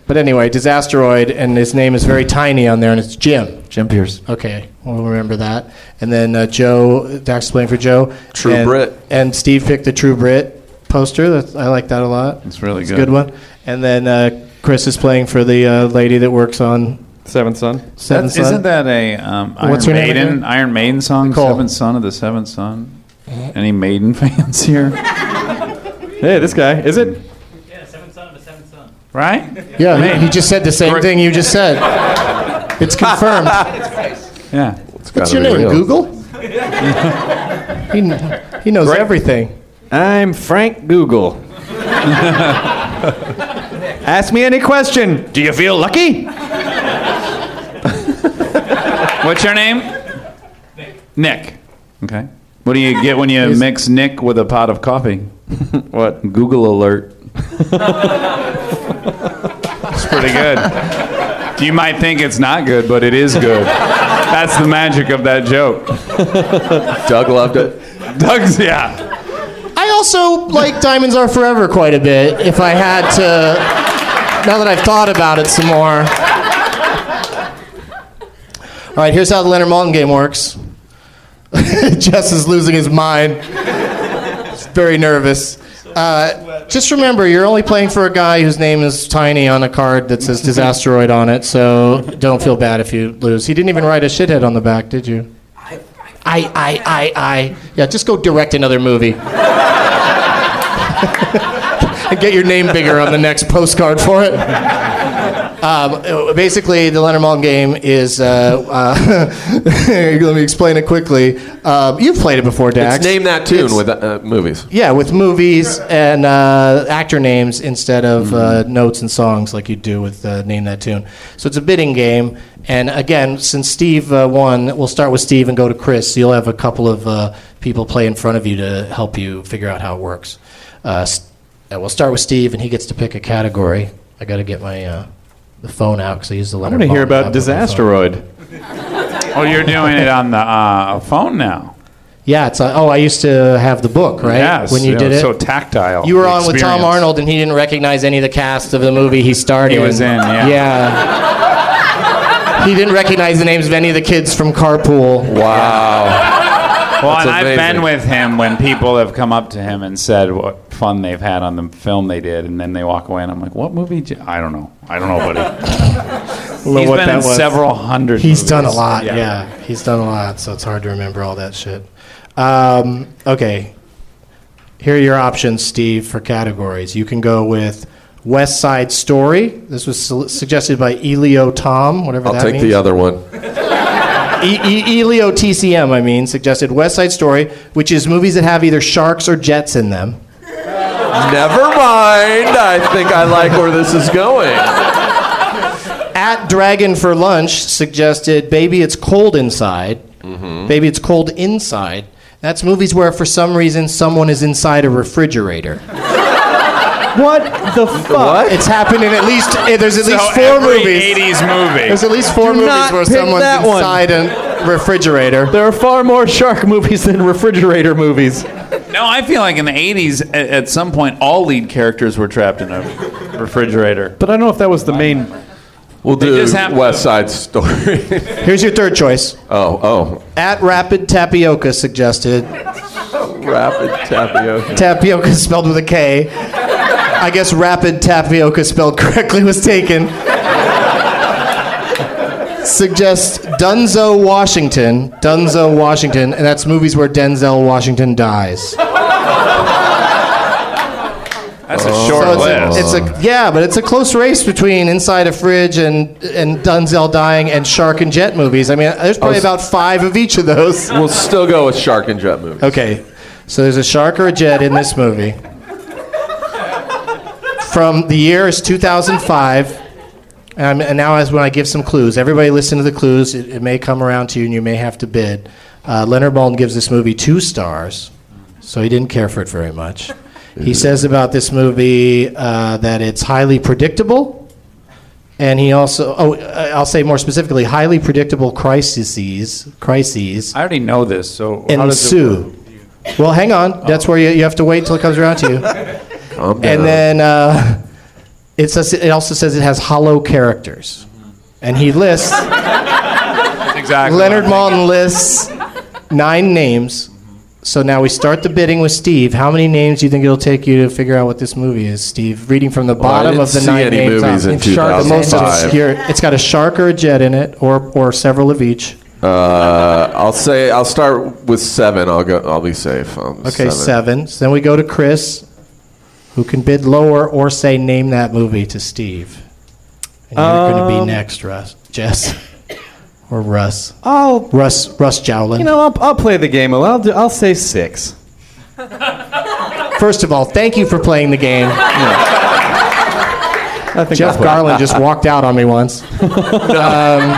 Speaker 2: But anyway, Disasteroid, and his name is very tiny on there, and it's Jim.
Speaker 7: Jim Pierce.
Speaker 2: Okay, we'll remember that. And then uh, Joe, Dax is playing for Joe.
Speaker 5: True
Speaker 2: and,
Speaker 5: Brit.
Speaker 2: And Steve picked the True Brit poster. That's, I like that a lot.
Speaker 6: It's really
Speaker 2: It's a good one. And then uh, Chris is playing for the uh, lady that works on
Speaker 8: Seventh Son.
Speaker 2: Seven
Speaker 6: That- isn't that a um, Iron
Speaker 2: What's her name
Speaker 6: Maiden
Speaker 2: again?
Speaker 6: Iron Maiden song?
Speaker 2: Nicole.
Speaker 6: Seventh Son of the Seventh Son. Any Maiden fans here?
Speaker 8: Hey, this guy is it?
Speaker 6: Right?
Speaker 2: Yeah, he, he just said the same
Speaker 6: Gr-
Speaker 2: thing you just said. It's confirmed.
Speaker 6: Yeah.
Speaker 5: It's
Speaker 2: What's
Speaker 5: gotta
Speaker 2: your
Speaker 5: be
Speaker 2: name,
Speaker 5: real.
Speaker 2: Google? he, kn- he knows everything.
Speaker 8: I'm Frank Google. Ask me any question. Do you feel lucky?
Speaker 6: What's your name? Nick. Nick. Okay. What do you get when you mix Nick with a pot of coffee?
Speaker 8: What?
Speaker 6: Google alert. it's pretty good. You might think it's not good, but it is good. That's the magic of that joke.
Speaker 5: Doug loved it.
Speaker 6: Doug's, yeah.
Speaker 2: I also like Diamonds Are Forever quite a bit, if I had to, now that I've thought about it some more. All right, here's how the Leonard Maltin game works. Jess is losing his mind. He's very nervous. Uh, just remember, you're only playing for a guy whose name is Tiny on a card that says Disasteroid on it, so don't feel bad if you lose. He didn't even write a shithead on the back, did you? I, I, I, I. Yeah, just go direct another movie. and get your name bigger on the next postcard for it. Um, basically, the Leonard Maltin game is. Uh, uh, let me explain it quickly. Um, you've played it before, Dax.
Speaker 5: It's name that tune
Speaker 2: It's-
Speaker 5: with uh, movies.
Speaker 2: yeah, with movies and uh, actor names instead of uh, notes and songs like you do with uh, Name That Tune. So it's a bidding game. And again, since Steve uh, won, we'll start with Steve and go to Chris. You'll have a couple of uh, people play in front of you to help you figure out how it works. Uh, S- uh, we'll start with Steve, and he gets to pick a category. I got to get my uh, the phone out because I use the
Speaker 11: I
Speaker 2: letter.
Speaker 11: want to hear about Disasteroid.
Speaker 6: Oh, you're doing it on the uh, phone now.
Speaker 2: Yeah, it's uh, oh, I used to have the book, right?
Speaker 6: Yes,
Speaker 2: when you
Speaker 6: yeah,
Speaker 2: did it.
Speaker 6: so tactile.
Speaker 2: You were on with Tom
Speaker 6: Oh, experience.
Speaker 2: Arnold, and he didn't recognize any of the cast of the movie he starred
Speaker 6: He
Speaker 2: in.
Speaker 6: was in, yeah.
Speaker 2: Yeah. he didn't recognize the names of any of the kids from Carpool.
Speaker 6: Wow. Well,
Speaker 2: That's
Speaker 6: and I've
Speaker 2: amazing.
Speaker 6: been with him when people have come up to him and said what fun they've had on the film they did, and then they walk away, and I'm like, "What movie? Did you-" I don't know. I don't know, buddy." He's been in several hundred.
Speaker 2: He's
Speaker 6: movies.
Speaker 2: done a lot. Yeah. he's done a lot, so it's hard to remember all that shit. Um, okay, here are your options, Steve, for categories. You can go with West Side Story. This was sol- suggested by Elio Tom, whatever
Speaker 5: I'll
Speaker 2: that
Speaker 5: take
Speaker 2: means.
Speaker 5: the other one.
Speaker 2: E- e- Elio TCM, I mean, suggested West Side Story, which is movies that have either sharks or jets in them.
Speaker 5: Never mind. I think I like where this is going.
Speaker 2: At Dragon for Lunch suggested Baby It's Cold Inside. Baby It's Cold Inside. That's movies where, for some reason, someone is inside a refrigerator. what the fuck? It's happened in at least, eh, there's at
Speaker 6: So
Speaker 2: least four
Speaker 6: every
Speaker 2: movies.
Speaker 6: 80s movie.
Speaker 2: There's at least four
Speaker 6: Do
Speaker 2: movies
Speaker 6: not
Speaker 2: where
Speaker 6: pick
Speaker 2: someone's
Speaker 6: that one.
Speaker 2: inside a refrigerator. There
Speaker 11: are far more shark movies than refrigerator movies.
Speaker 6: No, I feel like in the '80s, at, at some point, all lead characters were trapped in a refrigerator.
Speaker 11: But I don't know if that was the main.
Speaker 5: We'll
Speaker 6: They
Speaker 5: do
Speaker 6: just have
Speaker 5: West Side Story.
Speaker 2: Here's your third choice.
Speaker 5: Oh, oh.
Speaker 2: At Rapid Tapioca suggested
Speaker 5: Rapid tapioca.
Speaker 2: Tapioca spelled with a K. I guess rapid tapioca spelled correctly was taken. Suggests Dunzo Washington. Dunzo Washington, and that's movies where Denzel Washington dies.
Speaker 6: That's a short
Speaker 2: Oh. So
Speaker 6: list.
Speaker 2: it's, a, it's a yeah, but it's a close race between Inside a Fridge and and Dunzel dying and Shark and Jet movies. I mean, there's probably
Speaker 5: was-
Speaker 2: about five of each of those.
Speaker 5: We'll still go with Shark and Jet movies.
Speaker 2: Okay, so there's a shark or a jet in this movie. From the year is 2005. Um, and now, as when I give some clues, everybody listen to the clues. It, it may come around to you, and you may have to bid. Uh, Leonard Baldwin gives this movie two stars, so he didn't care for it very much. He says about this movie uh, that it's highly predictable, and he also oh, uh, I'll say more specifically, highly predictable crises crises
Speaker 6: I already know this, so how does it work?
Speaker 2: ensue. Well, hang on. That's where you, you have to wait till it comes around to you. And then uh, it, says, it also says it has hollow characters. And he lists,
Speaker 6: exactly
Speaker 2: Leonard Maltin lists nine names. So now we start the bidding with Steve. How many names do you think it'll take you to figure out what this movie is, Steve? Reading from the
Speaker 5: Well, I
Speaker 2: bottom
Speaker 5: didn't
Speaker 2: of the
Speaker 5: see
Speaker 2: nine
Speaker 5: any
Speaker 2: names
Speaker 5: movies
Speaker 2: up.
Speaker 5: in
Speaker 2: the most
Speaker 5: 2005.
Speaker 2: obscure. It's got a shark or a jet in it, or, or several of each.
Speaker 5: Uh, I'll say I'll start with seven. I'll go. I'll be safe. Um,
Speaker 2: Okay, seven. So then we go to Chris, who can bid lower or say name that movie to Steve. And you're going to
Speaker 11: Um,
Speaker 2: be next, Russ, Jess, or Russ.
Speaker 11: I'll
Speaker 2: Russ Russ Jowlin.
Speaker 11: You know, I'll, I'll play the game. I'll do, I'll say six.
Speaker 2: First of all, thank you for playing the game.
Speaker 11: I think
Speaker 2: Jeff
Speaker 11: I'll play.
Speaker 2: Garland just walked out on me once. um,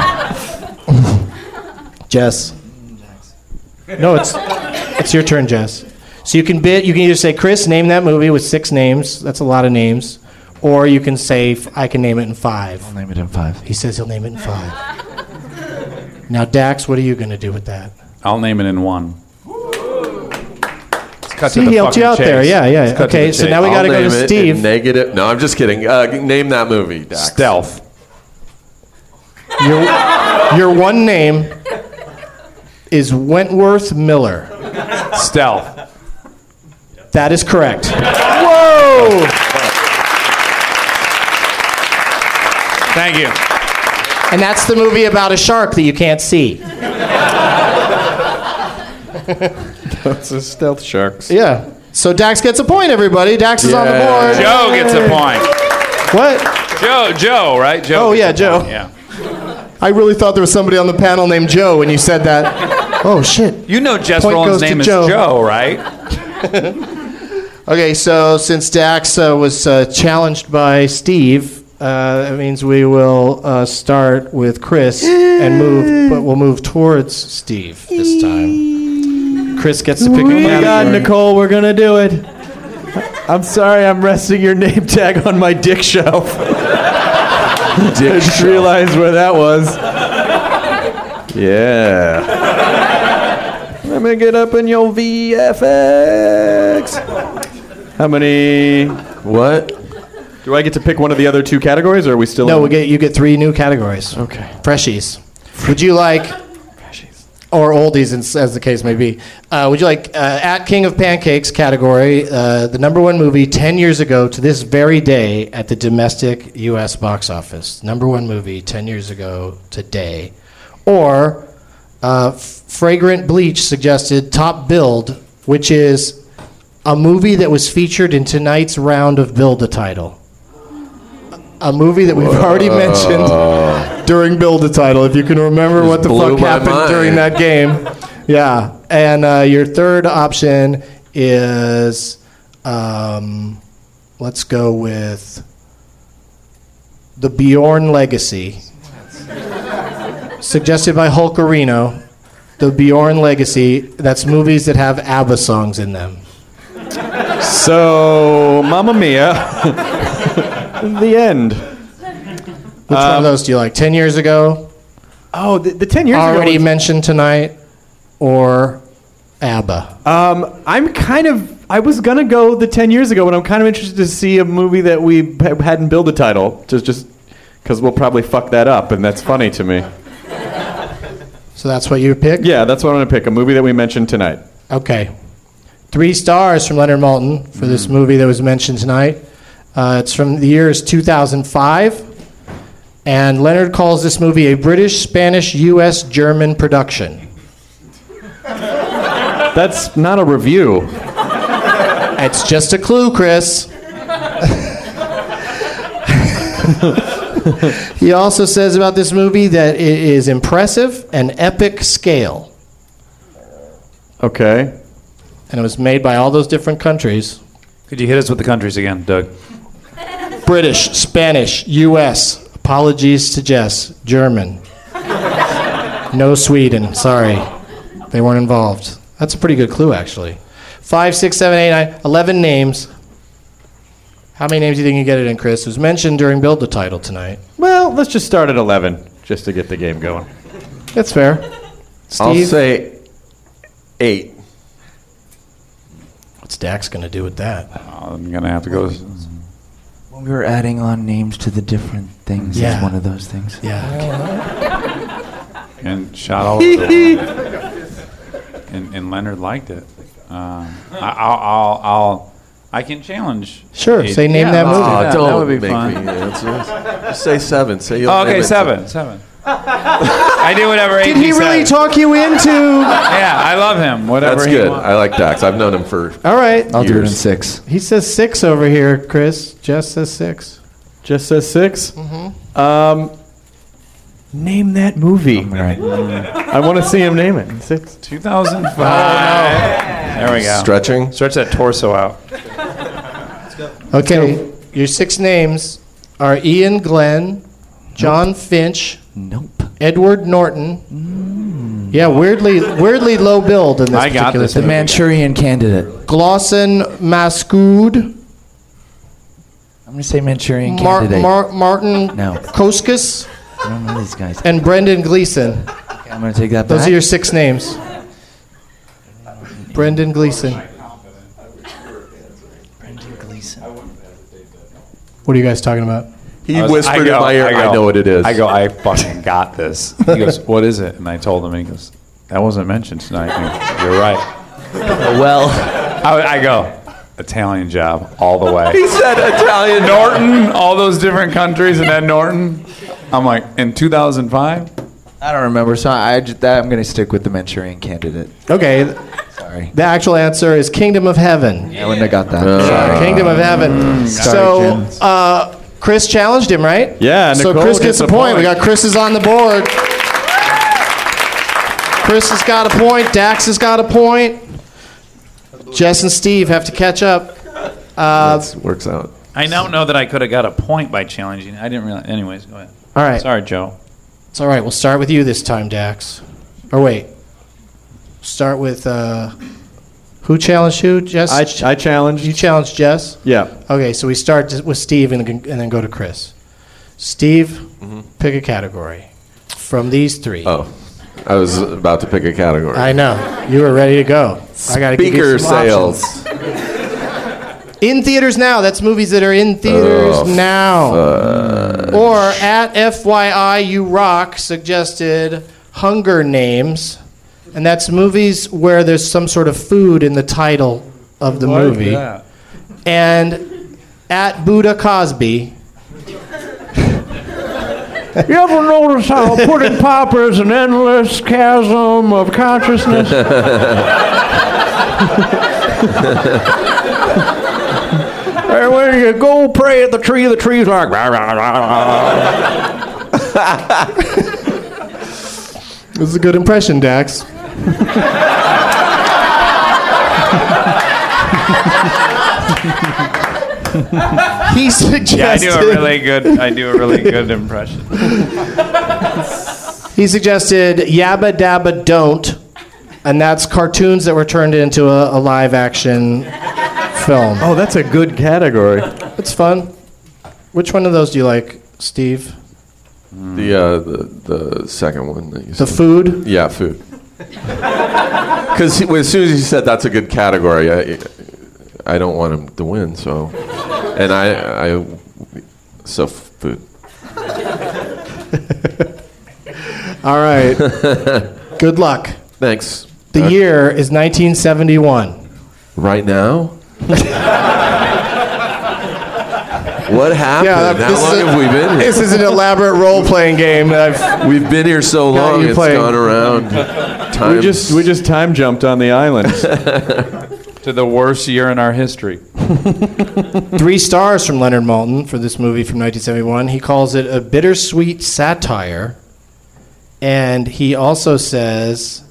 Speaker 2: Jess. No, it's it's your turn, Jess. So you can bid. You can either say, "Chris, name that movie with six names." That's a lot of names. Or you can say, f- "I can name it in five. I'll
Speaker 12: name it in five.
Speaker 2: He says he'll name it in five. now, Dax, what are you going to do with that?
Speaker 6: I'll name it in one. Let's cut
Speaker 2: See, he helped you out there. Yeah, yeah.
Speaker 6: Let's cut to
Speaker 2: Okay,
Speaker 6: the
Speaker 2: so
Speaker 6: chase.
Speaker 2: now we
Speaker 5: I'll
Speaker 2: got to go
Speaker 5: name it
Speaker 2: to
Speaker 5: in
Speaker 2: Steve.
Speaker 5: Negative. No, I'm just kidding. Uh, name that movie. Dax.
Speaker 6: Stealth.
Speaker 2: Your, your one name is Wentworth Miller.
Speaker 6: Stealth.
Speaker 2: That is correct. Whoa!
Speaker 6: Thank you.
Speaker 2: And that's the movie about a shark that you can't see.
Speaker 5: Those are stealth sharks.
Speaker 2: Yeah. So Dax gets a point, everybody. Dax is on the
Speaker 5: Yeah.
Speaker 2: board.
Speaker 6: Joe gets a
Speaker 2: Yay.
Speaker 6: point.
Speaker 2: What?
Speaker 6: Joe, Joe, right? Joe.
Speaker 2: Oh,
Speaker 6: gets
Speaker 2: yeah,
Speaker 6: a
Speaker 2: Joe.
Speaker 6: point, Yeah.
Speaker 2: I really thought there was somebody on the panel named Joe when you said that. oh, shit.
Speaker 6: You know Jess
Speaker 2: Point goes
Speaker 6: Rollins'
Speaker 2: to
Speaker 6: name is
Speaker 2: Joe.
Speaker 6: Joe, right?
Speaker 2: Okay, so since Dax uh, was uh, challenged by Steve, uh, that means we will uh, start with Chris and move, but we'll move towards Steve this time. Chris gets to pick a
Speaker 5: Oh my God,
Speaker 2: category.
Speaker 5: Nicole, we're gonna do it. I'm sorry, I'm resting your name tag on my dick shelf. I just realized where that was.
Speaker 13: Yeah.
Speaker 5: Let me get up in your VFX. How many?
Speaker 13: What?
Speaker 5: Do I get to pick one of the other two categories, or are we still?
Speaker 2: No,
Speaker 5: in-
Speaker 2: we get you get three new categories.
Speaker 5: Okay.
Speaker 2: Freshies. Would you like freshies or oldies, as, as the case may be? Uh, would you like uh, at King of Pancakes category uh, the number one movie ten years ago to this very day at the domestic U.S. box office? Number one movie ten years ago today, or uh, Fragrant Bleach suggested top build, which is a movie that was featured in tonight's round of build a title. A movie that we've already mentioned during build a title. If you can remember what the
Speaker 13: blew
Speaker 2: fuck
Speaker 13: my
Speaker 2: happened
Speaker 13: mind.
Speaker 2: during that game, yeah. And uh, your third option is, um, let's go with the Bjorn Legacy, suggested by Hulkarino. The Bjorn Legacy. That's movies that have ABBA songs in them.
Speaker 5: So, Mamma Mia. the end.
Speaker 2: Which one of those do you like? Ten years ago,
Speaker 5: Oh, the, the ten years ago
Speaker 2: already
Speaker 5: was-
Speaker 2: mentioned tonight, or ABBA?
Speaker 5: Um, I'm kind of. I was gonna go the ten years ago, but I'm kind of interested to see a movie that we ha- hadn't built a title, just just because we'll probably fuck that up, and that's funny to me.
Speaker 2: So that's what you picked.
Speaker 5: Yeah, that's what I'm gonna pick. A movie that we mentioned tonight.
Speaker 2: Okay. Three stars from Leonard Malton for this movie that was mentioned tonight. Uh, it's from the year is 2005. And Leonard calls this movie a British, Spanish, U.S., German production.
Speaker 5: That's not a review.
Speaker 2: It's just a clue, Chris. he also says about this movie that it is impressive and epic scale.
Speaker 5: Okay.
Speaker 2: And it was made by all those different countries.
Speaker 6: Could you hit us with the countries again, Doug?
Speaker 2: British, Spanish, U.S. Apologies to Jess. German. No Sweden. Sorry. They weren't involved. That's a pretty good clue, actually. Five, six, seven, eight, nine, eleven names. How many names do you think you get it in, Chris? It was mentioned during Build the Title tonight.
Speaker 5: Well, let's just start at eleven, just to get the game going.
Speaker 2: That's fair.
Speaker 14: I'll
Speaker 2: Steve?
Speaker 14: say eight.
Speaker 2: What's Dax going to do with that?
Speaker 6: Oh, I'm gonna have to go.
Speaker 15: When we were adding on names to the different things,
Speaker 2: Yeah.
Speaker 15: is one of those things.
Speaker 2: Yeah.
Speaker 6: and shot all over the wall. and, and Leonard liked it. Um, I, I'll, I'll, I'll, I can challenge.
Speaker 2: Sure,
Speaker 6: it.
Speaker 2: say name that
Speaker 6: let's do
Speaker 2: movie.
Speaker 15: Oh,
Speaker 14: Aw,
Speaker 6: Oh,
Speaker 14: Ah,
Speaker 6: that.
Speaker 14: don't make
Speaker 6: That would be fun.
Speaker 14: me answer. Just say seven. Say you'll
Speaker 6: Oh,
Speaker 14: name
Speaker 6: okay,
Speaker 14: it
Speaker 6: seven, seven. I do whatever.
Speaker 2: Did
Speaker 6: AP
Speaker 2: he really
Speaker 6: says.
Speaker 2: talk you into?
Speaker 6: yeah, I love him. Whatever.
Speaker 14: That's
Speaker 6: he
Speaker 14: good.
Speaker 6: wants.
Speaker 14: I like Dax. I've known him for.
Speaker 2: All right.
Speaker 15: I'll do it in
Speaker 14: Years.
Speaker 15: six.
Speaker 2: He says six over here, Chris. Jess says six.
Speaker 5: Just says 6 Um, name that movie.
Speaker 15: Right.
Speaker 5: I want to see him name it. Six.
Speaker 6: 2005. There we go.
Speaker 14: Stretching.
Speaker 6: Stretch that torso out.
Speaker 2: Okay, your six names are Ian Glenn, John Finch,
Speaker 15: Nope.
Speaker 2: Edward Norton. Yeah, weirdly, weirdly low build in Mm. this
Speaker 6: I got
Speaker 2: particular
Speaker 6: this
Speaker 15: The
Speaker 2: thing.
Speaker 15: Manchurian Candidate.
Speaker 2: Glosson Mascoud,
Speaker 15: I'm gonna say Manchurian
Speaker 2: Mar-
Speaker 15: Candidate.
Speaker 2: Mar- Martin
Speaker 15: No.
Speaker 2: Koskas,
Speaker 15: I don't know these guys.
Speaker 2: and Brendan Gleeson.
Speaker 15: Okay, I'm gonna take that
Speaker 2: Those
Speaker 15: back.
Speaker 2: are your six names. Brendan Gleeson.
Speaker 15: Brendan Gleeson.
Speaker 2: What are you guys talking about?
Speaker 14: He
Speaker 6: I was-
Speaker 14: whispered in my ear, I, know what it is.
Speaker 6: I go, I fucking got this. He goes, what is it? And I told him, and he goes, that wasn't mentioned tonight. And he goes, You're right.
Speaker 15: Well,
Speaker 6: I, I go, Italian job all the way.
Speaker 14: He said Italian.
Speaker 6: Norton, all those different countries, and then Norton. I'm like, in 2005?
Speaker 8: I don't remember, so I, I ju- that, I'm going to stick with the Manchurian Candidate.
Speaker 2: Okay.
Speaker 8: Sorry.
Speaker 2: The actual answer is Kingdom of Heaven.
Speaker 8: Elena got that.
Speaker 2: Yeah, Kingdom of Heaven.
Speaker 15: Mm,
Speaker 2: so uh, Chris challenged him, right?
Speaker 16: Yeah,
Speaker 2: So
Speaker 16: Nicole
Speaker 2: Chris
Speaker 16: gets
Speaker 2: gets a
Speaker 16: a
Speaker 2: point. We
Speaker 16: point.
Speaker 2: got Chris's on the board. Chris has got a point. Dax has got a point. Jess and Steve have to catch up. Uh,
Speaker 5: Works out.
Speaker 6: I now know that I could have got a point by challenging. I didn't realize. Anyways, go ahead.
Speaker 2: All right.
Speaker 6: Sorry, Joe.
Speaker 2: it's all right. We'll start with you this time, Dax. Or wait. Start with uh, who challenged who? Jess.
Speaker 16: I, I challenged.
Speaker 2: You challenged Jess.
Speaker 16: Yeah.
Speaker 2: Okay, so we start t- with Steve and, and then go to Chris. Steve, pick a category from these three.
Speaker 5: Mm-hmm. Oh, I was about to pick a category.
Speaker 2: I know you were ready to go. I got to give
Speaker 5: Speaker
Speaker 2: you some options.
Speaker 5: sales.
Speaker 2: in theaters now. That's movies that are in theaters
Speaker 5: Oh,
Speaker 2: now.
Speaker 5: fuck.
Speaker 2: Or at FYI You Rock suggested Hunger Names, and that's movies where there's some sort of food in the title of the
Speaker 16: Like
Speaker 2: movie.
Speaker 16: that.
Speaker 2: And at Buddha Cosby.
Speaker 17: You ever notice how pudding pop is an endless chasm of consciousness? and when you go pray at the tree, the tree's like. "Rah, rah, rah, rah."
Speaker 2: This is a good impression, Dax. he suggested.
Speaker 6: Yeah, I do a really good. I do a really good impression.
Speaker 2: He suggested Yabba Dabba Don't, and that's cartoons that were turned into a, a live action film.
Speaker 16: Oh, that's a good category.
Speaker 2: It's fun. Which one of those do you like, Steve?
Speaker 5: The, uh, the the second one that you
Speaker 2: The food?
Speaker 5: Yeah, food. Because as soon as you said that's a good category, I, I don't want him to win. So, and I I so food.
Speaker 2: All right. Good luck.
Speaker 5: Thanks.
Speaker 2: The
Speaker 5: Uh,
Speaker 2: year is 1971.
Speaker 5: Right now. what happened?
Speaker 2: Yeah, that-
Speaker 5: How
Speaker 2: this is
Speaker 5: long
Speaker 2: a-
Speaker 5: have we been here?
Speaker 2: This is an elaborate role playing game. that I've,
Speaker 5: We've been here so
Speaker 2: Got
Speaker 5: long.
Speaker 2: you
Speaker 5: It's
Speaker 2: playing.
Speaker 5: gone around. Time.
Speaker 16: We just we just time jumped on the island.
Speaker 6: to the worst year in our history.
Speaker 2: Three stars from Leonard Maltin for this movie from 1971. He calls it a bittersweet satire. And he also says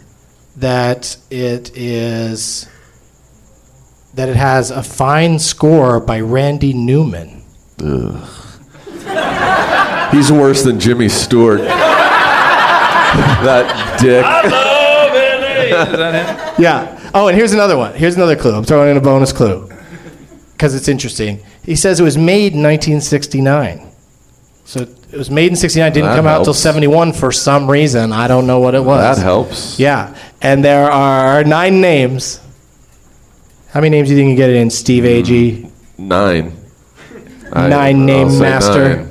Speaker 2: that it is that it has a fine score by Randy Newman.
Speaker 5: Ugh. He's worse than Jimmy Stewart. that dick.
Speaker 2: Yeah. Oh, and here's another one. Here's another clue. I'm throwing in a bonus clue because it's interesting. He says it was made in 1969. So it was made in 69, didn't
Speaker 5: That
Speaker 2: come out till
Speaker 5: helps.
Speaker 2: 71 for some reason. I don't know what it was.
Speaker 5: That helps.
Speaker 2: Yeah. And there are nine names. How many names do you think you get it in, Steve AG?
Speaker 5: Nine.
Speaker 2: Nine
Speaker 5: I'll
Speaker 2: name
Speaker 5: say
Speaker 2: master.
Speaker 5: nine.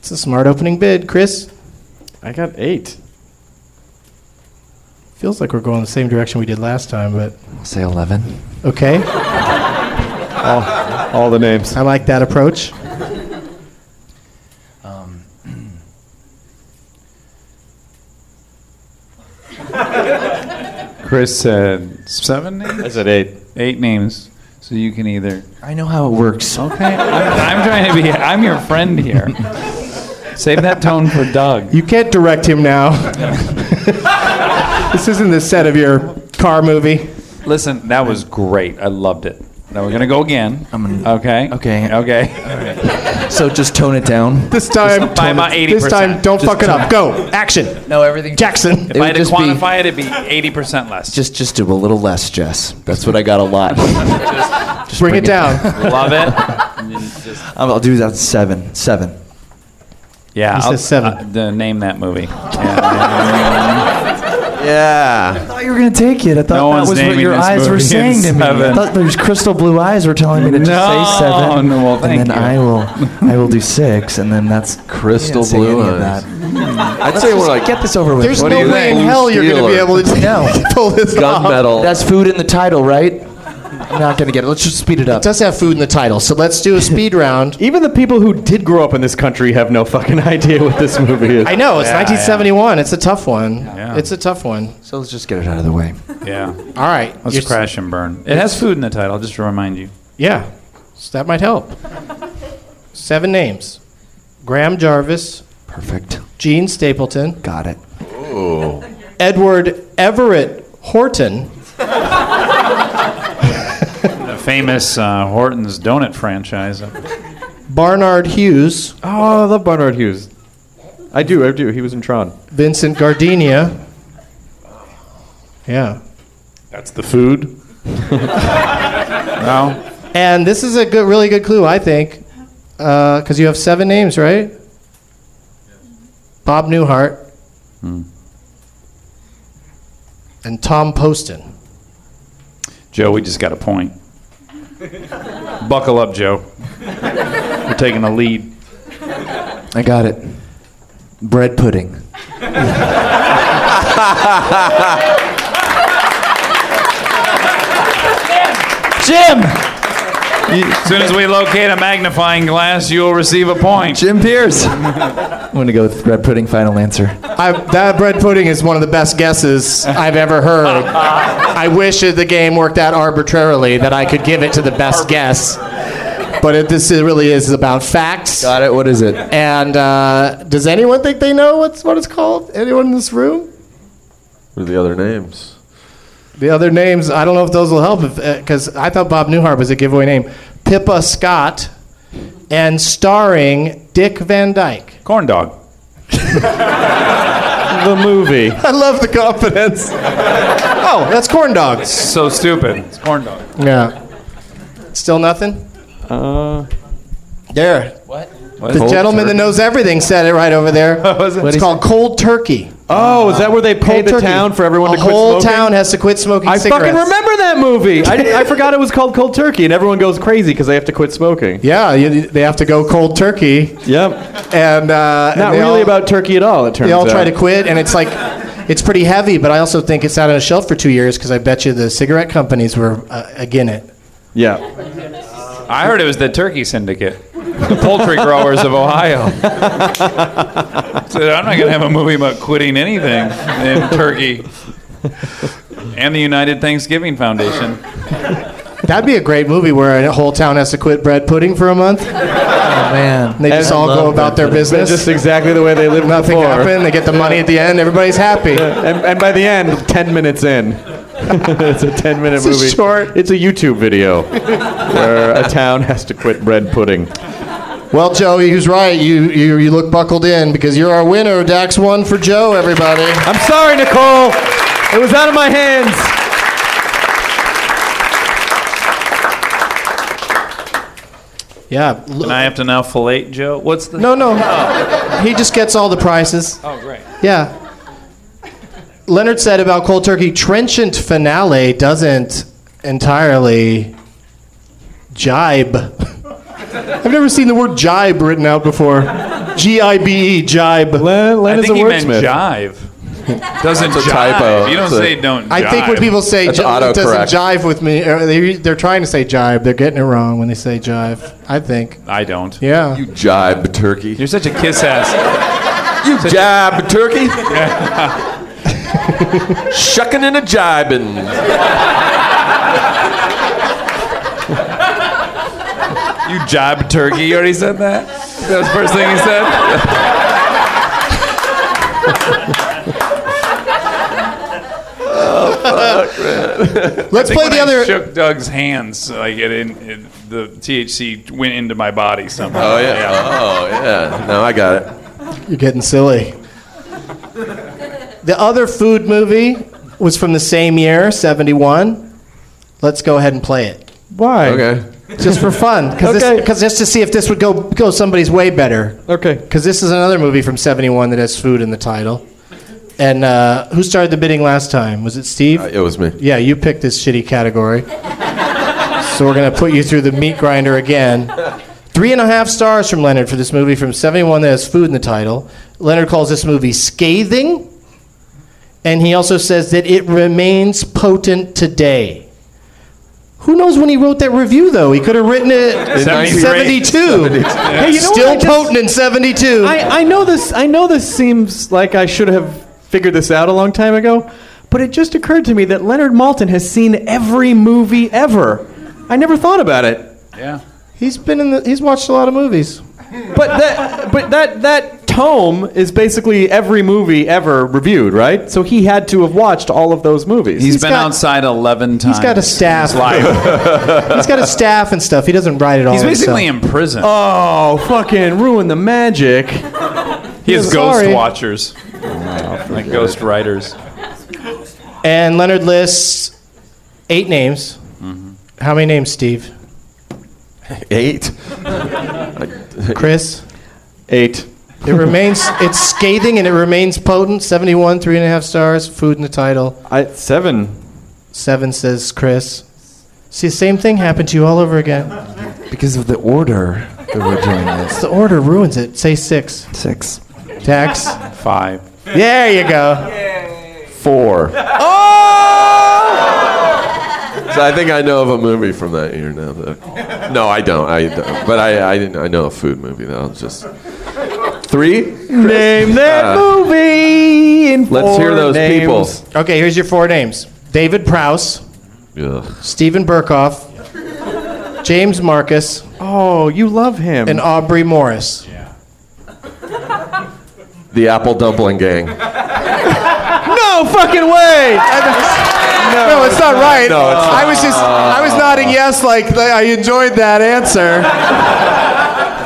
Speaker 2: It's a smart opening bid, Chris.
Speaker 16: I got eight.
Speaker 2: Feels like we're going the same direction we did last time, but
Speaker 8: I'll say 11.
Speaker 2: okay.
Speaker 16: All, all the names.
Speaker 2: I like that approach.
Speaker 6: Chris said seven names. I
Speaker 16: said eight.
Speaker 6: Eight names. So you can either.
Speaker 8: I know how it works.
Speaker 6: Okay. I'm, I'm trying to be. I'm your friend here. Save that tone for Doug.
Speaker 2: You can't direct him now. this isn't the set of your car movie.
Speaker 6: Listen, that was great. I loved it. Now we're gonna go again. okay. Okay. Okay.
Speaker 8: So just tone it down.
Speaker 2: This time,
Speaker 6: by about
Speaker 2: this
Speaker 6: 80%.
Speaker 2: time, don't
Speaker 6: Just
Speaker 2: fuck it up. Go, action.
Speaker 8: No, everything.
Speaker 2: Jackson.
Speaker 6: If I had to
Speaker 8: just be-
Speaker 6: quantify it, it'd be eighty percent less.
Speaker 8: Just just do a little less, Jess. That's what I got a lot. Just
Speaker 2: bring, it down.
Speaker 6: Love it.
Speaker 8: I'll do that seven. Seven.
Speaker 6: Yeah.
Speaker 2: He
Speaker 6: I'll-
Speaker 2: says seven.
Speaker 6: uh, the- name that movie.
Speaker 8: I
Speaker 5: Yeah.
Speaker 8: thought you were gonna take it. I thought
Speaker 6: No
Speaker 8: that
Speaker 6: one's
Speaker 8: was what
Speaker 6: naming
Speaker 8: your
Speaker 6: this
Speaker 8: eyes were
Speaker 6: movie
Speaker 8: saying to
Speaker 6: in
Speaker 8: me. I
Speaker 6: seven.
Speaker 8: thought those crystal blue eyes were telling me to just say
Speaker 6: No,
Speaker 8: seven,
Speaker 6: no, well, thank
Speaker 8: and then
Speaker 6: you.
Speaker 8: I will, I will do six, and then that's I
Speaker 5: Crystal
Speaker 8: didn't say
Speaker 5: blue
Speaker 8: any of
Speaker 5: eyes.
Speaker 8: that.
Speaker 5: I'd
Speaker 8: Let's
Speaker 5: say we're
Speaker 8: just
Speaker 5: like
Speaker 8: get this over with.
Speaker 2: There's
Speaker 5: What do
Speaker 2: no
Speaker 5: you
Speaker 2: way in
Speaker 5: think?
Speaker 2: hell you're going to be
Speaker 5: Steeler.
Speaker 2: able to
Speaker 8: No.
Speaker 2: pull this off.
Speaker 5: gunmetal.
Speaker 8: That's food in the title, right?
Speaker 18: I'm not gonna get it. Let's just speed it up.
Speaker 2: It does have food in the title, so let's do a speed round.
Speaker 5: Even the people who did grow up in this country have no fucking idea what this movie is.
Speaker 2: I know it's 1971. It's a tough one. It's a tough one.
Speaker 18: So let's just get it out of the way.
Speaker 6: Yeah.
Speaker 2: All right.
Speaker 6: Let's
Speaker 2: You're s-
Speaker 6: crash and burn. It has food in the title, just to remind you.
Speaker 2: Yeah, so that might help. Seven names: Graham Jarvis.
Speaker 18: Perfect.
Speaker 2: Gene Stapleton.
Speaker 18: Got it.
Speaker 2: Oh. Edward Everett Horton.
Speaker 6: The famous uh, Horton's Donut franchise.
Speaker 2: Barnard Hughes.
Speaker 5: Oh, I love Barnard Hughes. I do, I do. He was in Tron.
Speaker 2: Vincent Gardenia. Yeah.
Speaker 5: That's the food.
Speaker 6: no.
Speaker 2: And this is a good, really good clue, I think, because you have seven names, right? Bob Newhart.
Speaker 18: Hmm.
Speaker 2: And Tom Poston.
Speaker 6: Joe, we just got a point. Buckle up, Joe. We're taking the lead.
Speaker 18: I got it. Bread pudding.
Speaker 6: Jim! As soon as we locate a magnifying glass, you'll receive a point.
Speaker 18: Jim Pierce. I'm gonna go with bread pudding. Final answer.
Speaker 2: I, that bread pudding is one of the best guesses I've ever heard. I wish that the game worked out arbitrarily that I could give it to the best guess. But it, this really is about facts. Got
Speaker 18: it. What is it?
Speaker 2: And uh, does anyone think they know what's what it's called? Anyone in this room?
Speaker 19: What are the other names?
Speaker 2: The other names, I don't know if those will help, because I thought Bob Newhart was a giveaway name. Pippa Scott, and starring Dick Van Dyke.
Speaker 6: Corn Dog.
Speaker 5: the movie.
Speaker 2: I love the confidence. oh, that's Corn Dog.
Speaker 6: So stupid. It's corn dog.
Speaker 2: Yeah. Still nothing?
Speaker 5: Uh,
Speaker 2: there. What?
Speaker 5: What?
Speaker 2: The
Speaker 5: Cold
Speaker 2: gentleman that
Speaker 5: turkey?
Speaker 2: knows everything said it right over there.
Speaker 5: was it? What'd
Speaker 2: It's
Speaker 5: he
Speaker 2: called Cold Turkey.
Speaker 5: Oh, is that where they pay
Speaker 2: Cold
Speaker 5: the
Speaker 2: turkey.
Speaker 5: town for everyone
Speaker 2: A
Speaker 5: to quit
Speaker 2: whole
Speaker 5: smoking?
Speaker 2: town has to quit smoking
Speaker 5: I
Speaker 2: cigarettes.
Speaker 5: fucking remember that movie. I, I forgot it was called Cold Turkey, and everyone goes crazy because they have to quit smoking.
Speaker 2: Yeah, you, they have to go cold turkey.
Speaker 5: Yep.
Speaker 2: And uh,
Speaker 5: not
Speaker 2: and they
Speaker 5: really
Speaker 2: all-
Speaker 5: about turkey at all. It turns
Speaker 2: They all try
Speaker 5: out.
Speaker 2: to quit, and it's like it's pretty heavy. But I also think it's out on a shelf for two years because I bet you the cigarette companies were uh, again it.
Speaker 5: Yeah.
Speaker 6: I heard it was the turkey syndicate, the poultry growers of Ohio. Said, I'm not going to have a movie about quitting anything in Turkey and the United Thanksgiving Foundation.
Speaker 2: That'd be a great movie where a whole town has to quit bread pudding for a month.
Speaker 18: man.
Speaker 2: They just
Speaker 5: And-
Speaker 2: all
Speaker 5: Oh, I
Speaker 2: go
Speaker 5: love
Speaker 2: about their
Speaker 5: that.
Speaker 2: business.
Speaker 5: That's just exactly the way they lived
Speaker 2: Nothing
Speaker 5: before.
Speaker 2: happened. They get the money at the end. Everybody's happy.
Speaker 5: and, and by the end, ten minutes in, it's a ten-minute
Speaker 2: a
Speaker 5: movie. short. It's a YouTube video where a town has to quit bread pudding.
Speaker 2: Well, Joey, who's right? You, you you look buckled in because you're our winner. Dax won for Joe. Everybody.
Speaker 5: I'm sorry, Nicole. It was out of my hands.
Speaker 2: Yeah.
Speaker 6: And I have to now fillet Joe. What's the
Speaker 2: No, no. He just gets all the prizes.
Speaker 6: Oh, great.
Speaker 2: Yeah. Leonard said about cold turkey, trenchant finale doesn't entirely jibe. I've never seen the word jibe written out before. G I B E, jibe.
Speaker 6: I think he meant jive. Doesn't
Speaker 19: It's a
Speaker 6: jive.
Speaker 19: typo.
Speaker 6: You don't
Speaker 19: It's a-
Speaker 6: say don't.
Speaker 2: I think when
Speaker 6: jive.
Speaker 2: people say
Speaker 19: That's
Speaker 2: ji- it doesn't
Speaker 19: autocorrect.
Speaker 2: jive with me, or they, they're trying to say jibe. They're getting it wrong when they say jive, I think.
Speaker 6: I don't.
Speaker 2: Yeah.
Speaker 19: You jibe turkey.
Speaker 6: You're such a kiss ass.
Speaker 19: You jibe turkey. Shucking and a jibing.
Speaker 6: You jibe turkey. You already said that. That was the first thing he said.
Speaker 2: Let's
Speaker 6: I think
Speaker 2: play
Speaker 6: when
Speaker 2: the
Speaker 6: I
Speaker 2: other.
Speaker 6: shook Doug's hands. Like it, in, it, the THC went into my body somehow.
Speaker 19: Oh yeah. Oh yeah. No, I got it.
Speaker 2: You're getting silly. the other food movie was from the same year, 71. Let's go ahead and play it.
Speaker 5: Why?
Speaker 19: Okay.
Speaker 2: Just for fun. Because
Speaker 5: Okay.
Speaker 2: just to see if this would go, go somebody's way better.
Speaker 5: Okay.
Speaker 2: Because this is another movie from 71 that has food in the title. And uh, who started the bidding last time? Was it Steve?
Speaker 19: Uh, It was me.
Speaker 2: yeah, you picked this shitty category. so we're going to put you through the meat grinder again. Three and a half stars from Leonard for this movie from 71 that has food in the title. Leonard calls this movie scathing. And he also says that it remains potent today. Who knows when he wrote that review though? He could have written it
Speaker 5: In
Speaker 2: in
Speaker 5: 93.
Speaker 2: 72.
Speaker 5: Hey, you know what?
Speaker 2: Still
Speaker 5: I just-
Speaker 2: potent in 72.
Speaker 5: I, I know this. I know this seems like I should have figured this out a long time ago, but it just occurred to me that Leonard Maltin has seen every movie ever. I never thought about it.
Speaker 6: Yeah.
Speaker 2: He's been in the. He's watched a lot of movies.
Speaker 5: But that. But that. That tome is basically every movie ever reviewed, right? So he had to have watched all of those movies.
Speaker 6: he's been outside 11 times.
Speaker 5: got a
Speaker 6: in his
Speaker 5: staff.
Speaker 6: life.
Speaker 2: He's got a staff and stuff. He doesn't write it all.
Speaker 6: He's basically
Speaker 2: himself.
Speaker 6: in prison.
Speaker 5: Oh, fucking ruin the magic.
Speaker 6: he has
Speaker 2: I'm
Speaker 6: ghost
Speaker 2: sorry.
Speaker 6: watchers, like ghost writers.
Speaker 2: And Leonard lists eight names.
Speaker 20: Mm-hmm.
Speaker 2: How many names, Steve?
Speaker 21: Eight.
Speaker 2: Chris.
Speaker 5: Eight.
Speaker 2: It remains. It's scathing and it remains potent. Seventy-one, three and a half stars. Food in the title.
Speaker 5: I seven.
Speaker 2: Seven says Chris. See, same thing happened to you all over again.
Speaker 20: Because of the order that we're doing this.
Speaker 2: The order ruins it. Say six.
Speaker 20: Six.
Speaker 2: Tax.
Speaker 6: Five.
Speaker 2: There you go.
Speaker 21: Four. Oh! So I think I know of a movie from that year now. That, no, I don't. I don't. But I, I didn't. I know a food movie that was just three.
Speaker 5: Name that
Speaker 21: Uh,
Speaker 5: movie in
Speaker 21: let's hear
Speaker 5: four
Speaker 21: those
Speaker 5: names.
Speaker 21: people.
Speaker 2: Okay, here's your four names: David Prouse,
Speaker 21: Ugh.
Speaker 2: Stephen Burkoff, James Marcus,
Speaker 5: Oh, you love him.
Speaker 2: and Aubrey Morris.
Speaker 21: The Apple Dumpling Gang.
Speaker 5: No fucking way!
Speaker 2: No, it's not right.
Speaker 21: No, it's not.
Speaker 2: I was just I was nodding yes, like th- I enjoyed that answer.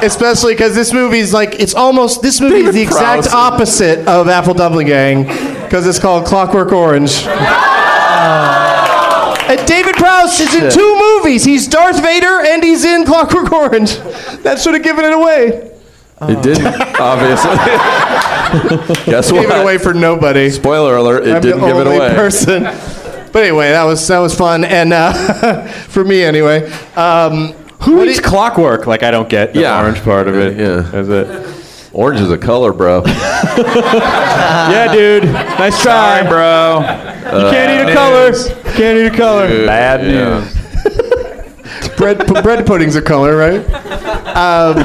Speaker 2: Especially because this movie's like it's almost this movie is the exact
Speaker 21: Prowse.
Speaker 2: opposite of Apple Dumpling Gang because it's called Clockwork Orange. And David Prowse is in
Speaker 5: Shit.
Speaker 2: two movies. He's Darth Vader and he's in Clockwork Orange. That should have given it away.
Speaker 21: It didn't, obviously. Guess what?
Speaker 2: Gave it away for nobody.
Speaker 21: Spoiler alert! It
Speaker 2: I'm
Speaker 21: didn't
Speaker 2: the
Speaker 21: give it
Speaker 2: only
Speaker 21: away.
Speaker 2: person. But anyway, that was that was fun, and uh, for me anyway. Um,
Speaker 5: Who eats clockwork? Like I don't get the
Speaker 21: Yeah.
Speaker 5: orange part of it.
Speaker 21: Yeah.
Speaker 5: Is it?
Speaker 21: Orange is a color, bro.
Speaker 5: yeah, dude. Nice try,
Speaker 6: bro.
Speaker 5: you
Speaker 2: Uh,
Speaker 5: can't eat a color. Can't eat a color.
Speaker 21: Bad
Speaker 5: news.
Speaker 2: bread p- bread pudding's a color, right? Um,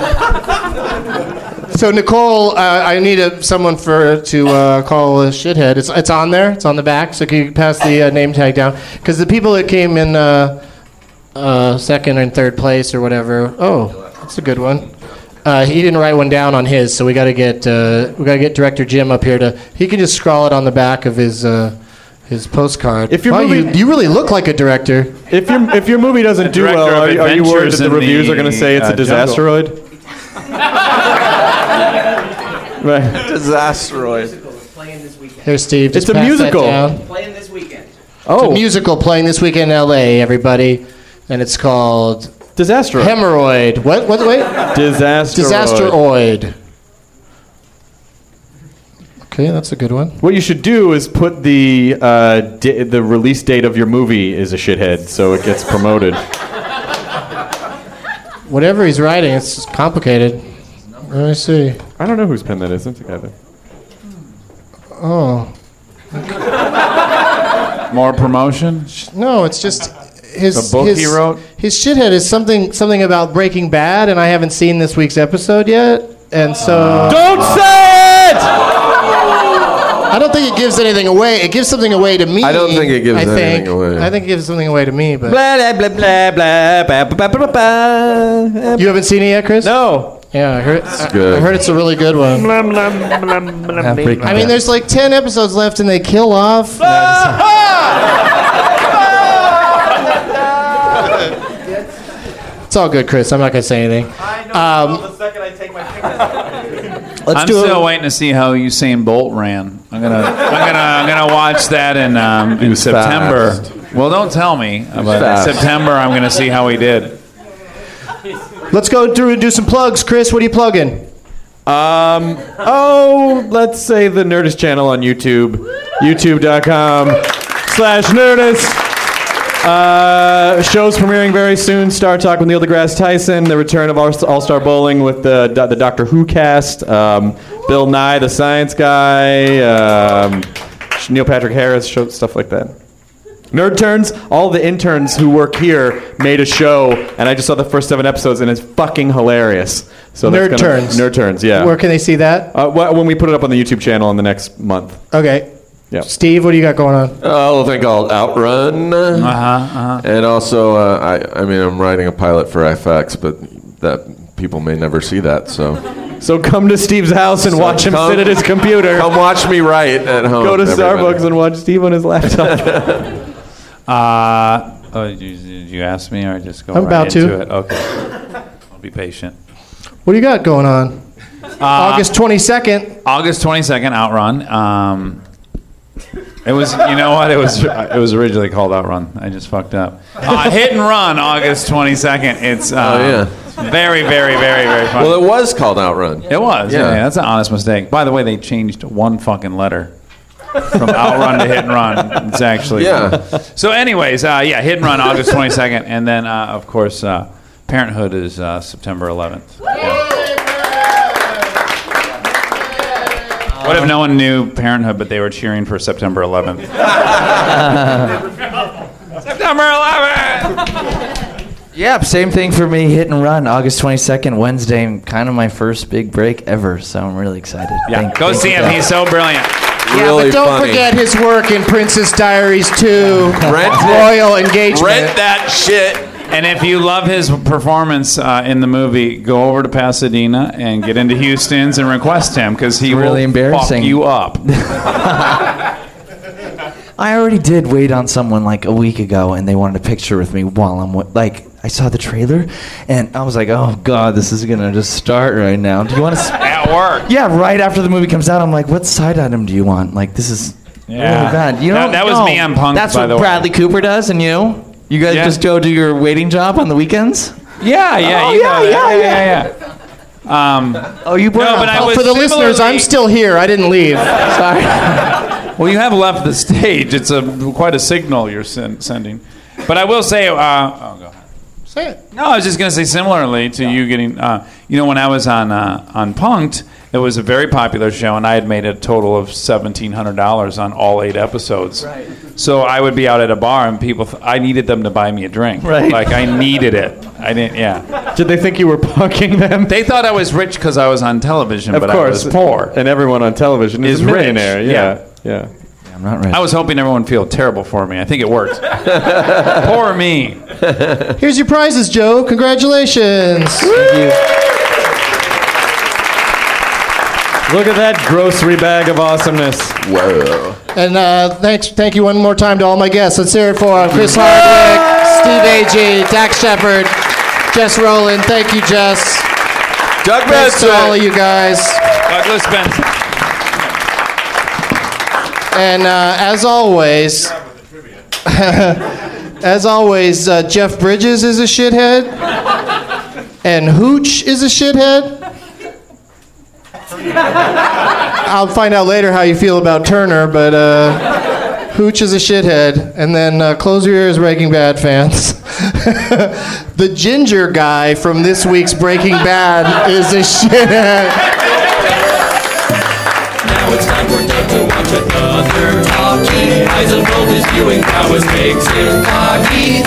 Speaker 2: so Nicole, uh, I need a, someone for to uh, call a shithead. It's it's on there. It's on the back. So can you pass the uh, name tag down? Because the people that came in uh, uh, second and third place or whatever. Oh, that's a good one. Uh, he didn't write one down on his, so we got to get uh, we got to get director Jim up here to. He can just scrawl it on the back of his uh, his postcard.
Speaker 5: If your
Speaker 2: Wow,
Speaker 5: movie-
Speaker 2: you, you really look like a director.
Speaker 5: If your if your movie doesn't do
Speaker 6: director
Speaker 5: well,
Speaker 6: of
Speaker 5: are, you- are you worried
Speaker 6: Adventures
Speaker 5: that the
Speaker 6: in
Speaker 5: reviews are going to
Speaker 6: the,
Speaker 5: say it's
Speaker 6: uh,
Speaker 5: a disasteroid? right.
Speaker 21: Disasteroid.
Speaker 2: Here, Steve. just
Speaker 5: It's a
Speaker 2: pass that
Speaker 5: musical.
Speaker 2: down.
Speaker 22: Playing this weekend.
Speaker 2: It's
Speaker 5: Oh,
Speaker 2: a musical playing this week in LA, everybody, and it's called
Speaker 5: disasteroid.
Speaker 2: Hemorrhoid. What? What? Wait.
Speaker 5: disasteroid.
Speaker 2: Disasteroid. Okay, that's a good one.
Speaker 5: What you should do is put the uh, di- the release date of your movie is a shithead, so it gets promoted.
Speaker 2: Whatever he's writing, it's just complicated. Let me see.
Speaker 5: I don't know whose pen that is. It's a guy there.
Speaker 2: Oh
Speaker 6: More promotion?
Speaker 2: no, it's just his
Speaker 6: The book
Speaker 2: his,
Speaker 6: he wrote?
Speaker 2: His shithead is something something about Breaking Bad, and I haven't seen this week's episode yet, and so.
Speaker 6: Ah.
Speaker 5: Don't say it.
Speaker 2: I don't think it gives anything away. It gives something away to me.
Speaker 21: I don't think it gives
Speaker 2: I
Speaker 21: anything
Speaker 2: think.
Speaker 21: away.
Speaker 2: I think it gives something away to me, but
Speaker 5: Blah blah blah blah blah blah blah blah blah.
Speaker 2: you haven't seen it yet, Chris.
Speaker 5: No.
Speaker 2: Yeah, I heard. I,
Speaker 21: good.
Speaker 2: I heard it's a really good one. I mean, there's like ten episodes left, and they kill off. It's all good, Chris. I'm not gonna say anything. Um, let's
Speaker 6: I'm
Speaker 2: do
Speaker 6: still
Speaker 2: a,
Speaker 6: waiting to see how Usain Bolt ran. I'm gonna, I'm gonna, I'm gonna watch that in um, in September.
Speaker 21: fast.
Speaker 6: Well, don't tell me. But
Speaker 21: fast.
Speaker 6: in September, I'm gonna see how he did.
Speaker 2: Let's go through and do some plugs, Chris. What are you plugging?
Speaker 5: Um. Oh, let's say the Nerdist channel on YouTube, YouTube.com/slash Nerdist. Uh, shows premiering very soon. Star Talk with Neil deGrasse Tyson. The return of All Star Bowling with the Do- the Doctor Who cast. Um, Bill Nye, the Science Guy. Um, Neil Patrick Harris. Show, stuff like that. Nerd Turns, all the interns who work here made a show, and I just saw the first seven episodes, and it's fucking hilarious. So that's
Speaker 2: Nerd
Speaker 5: gonna-
Speaker 2: Turns.
Speaker 5: Nerd Turns, yeah.
Speaker 2: Where can they see that?
Speaker 5: Uh, wh- when we put it up on the YouTube channel in the next month.
Speaker 2: Okay.
Speaker 5: Yeah.
Speaker 2: Steve, what do you got going on?
Speaker 23: Oh, thing called Outrun. Uh-huh, And also, uh, I, I mean, I'm writing a pilot for FX, but that people may never see that. So,
Speaker 5: so come to Steve's house and watch him sit at his computer.
Speaker 23: Come watch me write at home.
Speaker 5: Go to
Speaker 23: everybody.
Speaker 5: Starbucks and watch Steve on his laptop.
Speaker 6: Uh, oh, did you, did you ask me or just go
Speaker 2: I'm
Speaker 6: right
Speaker 2: about
Speaker 6: into
Speaker 2: to.
Speaker 6: it? Okay. I'll be patient.
Speaker 2: What do you got going on?
Speaker 6: Uh,
Speaker 2: August 22nd.
Speaker 6: August 22nd, Outrun. Um, it was, you know what? It was, it was originally called Outrun. I just fucked up. Uh, hit and Run, August 22nd.
Speaker 21: Oh,
Speaker 6: It's uh,
Speaker 23: Oh, yeah.
Speaker 6: very, very, very, very funny.
Speaker 23: Well, it was called Outrun.
Speaker 6: It was. Yeah.
Speaker 23: Yeah.
Speaker 6: yeah, that's an honest mistake. By the way, they changed one fucking letter from outrun to hit and run. It's actually
Speaker 23: Yeah.
Speaker 6: So, anyways, uh, yeah, hit and run August twenty second, and then uh, of course uh, Parenthood is uh, September eleventh. What if no one knew Parenthood, but they were cheering for September eleventh? September 11th.
Speaker 24: Yep, same thing for me. Hit and run, August 22nd, Wednesday, and kind of my first big break ever. So I'm really excited.
Speaker 6: Yeah,
Speaker 24: Thank-
Speaker 6: go
Speaker 24: thank
Speaker 6: see
Speaker 24: you
Speaker 6: him.
Speaker 24: guys.
Speaker 6: He's so brilliant.
Speaker 2: Yeah, but don't forget his work in Princess Diaries 2,
Speaker 6: Rent it.
Speaker 2: Royal Engagement.
Speaker 6: Rent that shit. And if you love his performance uh, in the movie, go over to Pasadena and get into Houston's and request him because he
Speaker 24: Really
Speaker 6: will
Speaker 24: embarrassing.
Speaker 6: fuck you up.
Speaker 24: I already did wait on someone like a week ago, and they wanted a picture with me while I'm wa- like, I saw the trailer, and I was like, oh god, this is gonna just start right now. Do you want to?
Speaker 6: At work.
Speaker 24: yeah, right after the movie comes out, I'm like, what side item do you want? Like, this is really bad. You know,
Speaker 6: That- that was me on Punk,
Speaker 24: That's
Speaker 6: by
Speaker 24: what
Speaker 6: the way.
Speaker 24: Bradley Cooper does, and you, you guys
Speaker 6: Yeah.
Speaker 24: just go do your waiting job on the weekends.
Speaker 6: Yeah, yeah,
Speaker 24: Oh,
Speaker 6: you
Speaker 24: yeah,
Speaker 6: know that.
Speaker 24: yeah,
Speaker 6: yeah, yeah, yeah. Um,
Speaker 24: oh, you
Speaker 6: brought no, but I
Speaker 2: Oh,
Speaker 6: was
Speaker 2: for the listeners, I'm still here. I didn't leave.
Speaker 6: Sorry. well, you have left the stage. It's a quite a signal you're sen- sending. But I will say, uh, oh, go ahead.
Speaker 2: Say it.
Speaker 6: No, I was just going to say similarly to you getting, uh, you know, when I was on uh, on Punked, it was a very popular show, and I had made a total of seventeen hundred dollars on all eight episodes. Right. So I would be out at a bar, and people, th- I needed them to buy me a drink.
Speaker 5: Right.
Speaker 6: Like I needed it. I didn't. Yeah.
Speaker 5: Did they think you were punking them?
Speaker 6: They thought I was rich because I was on television,
Speaker 5: of
Speaker 6: but
Speaker 5: course,
Speaker 6: I was poor.
Speaker 5: And everyone on television is,
Speaker 6: Is
Speaker 5: a
Speaker 6: rich.
Speaker 5: millionaire. Yeah, yeah.
Speaker 24: I'm not rich.
Speaker 6: I was hoping everyone would feel terrible for me. I think it worked. Poor me.
Speaker 2: Here's your prizes, Joe. Congratulations.
Speaker 5: Look at that grocery bag of awesomeness.
Speaker 23: Whoa.
Speaker 2: And uh, thanks, thank you one more time to all my guests. Let's hear it for Chris Hardwick, Steve Agee, Dax Shepard, Jess Rowland. Thank you, Jess.
Speaker 23: Doug
Speaker 2: Thanks to
Speaker 6: Benson.
Speaker 2: all of you guys.
Speaker 6: Douglas Benson.
Speaker 2: And uh, as always, as always, uh, Jeff Bridges is a shithead, and Hooch is a shithead. I'll find out later how you feel about Turner, but uh, Hooch is a shithead. And then uh, close your ears, Breaking Bad fans. the ginger guy from this week's Breaking Bad is a shithead.
Speaker 8: Now it's time for Doug to watch another talkie. Heisenberg is viewing prowess makes it foggy.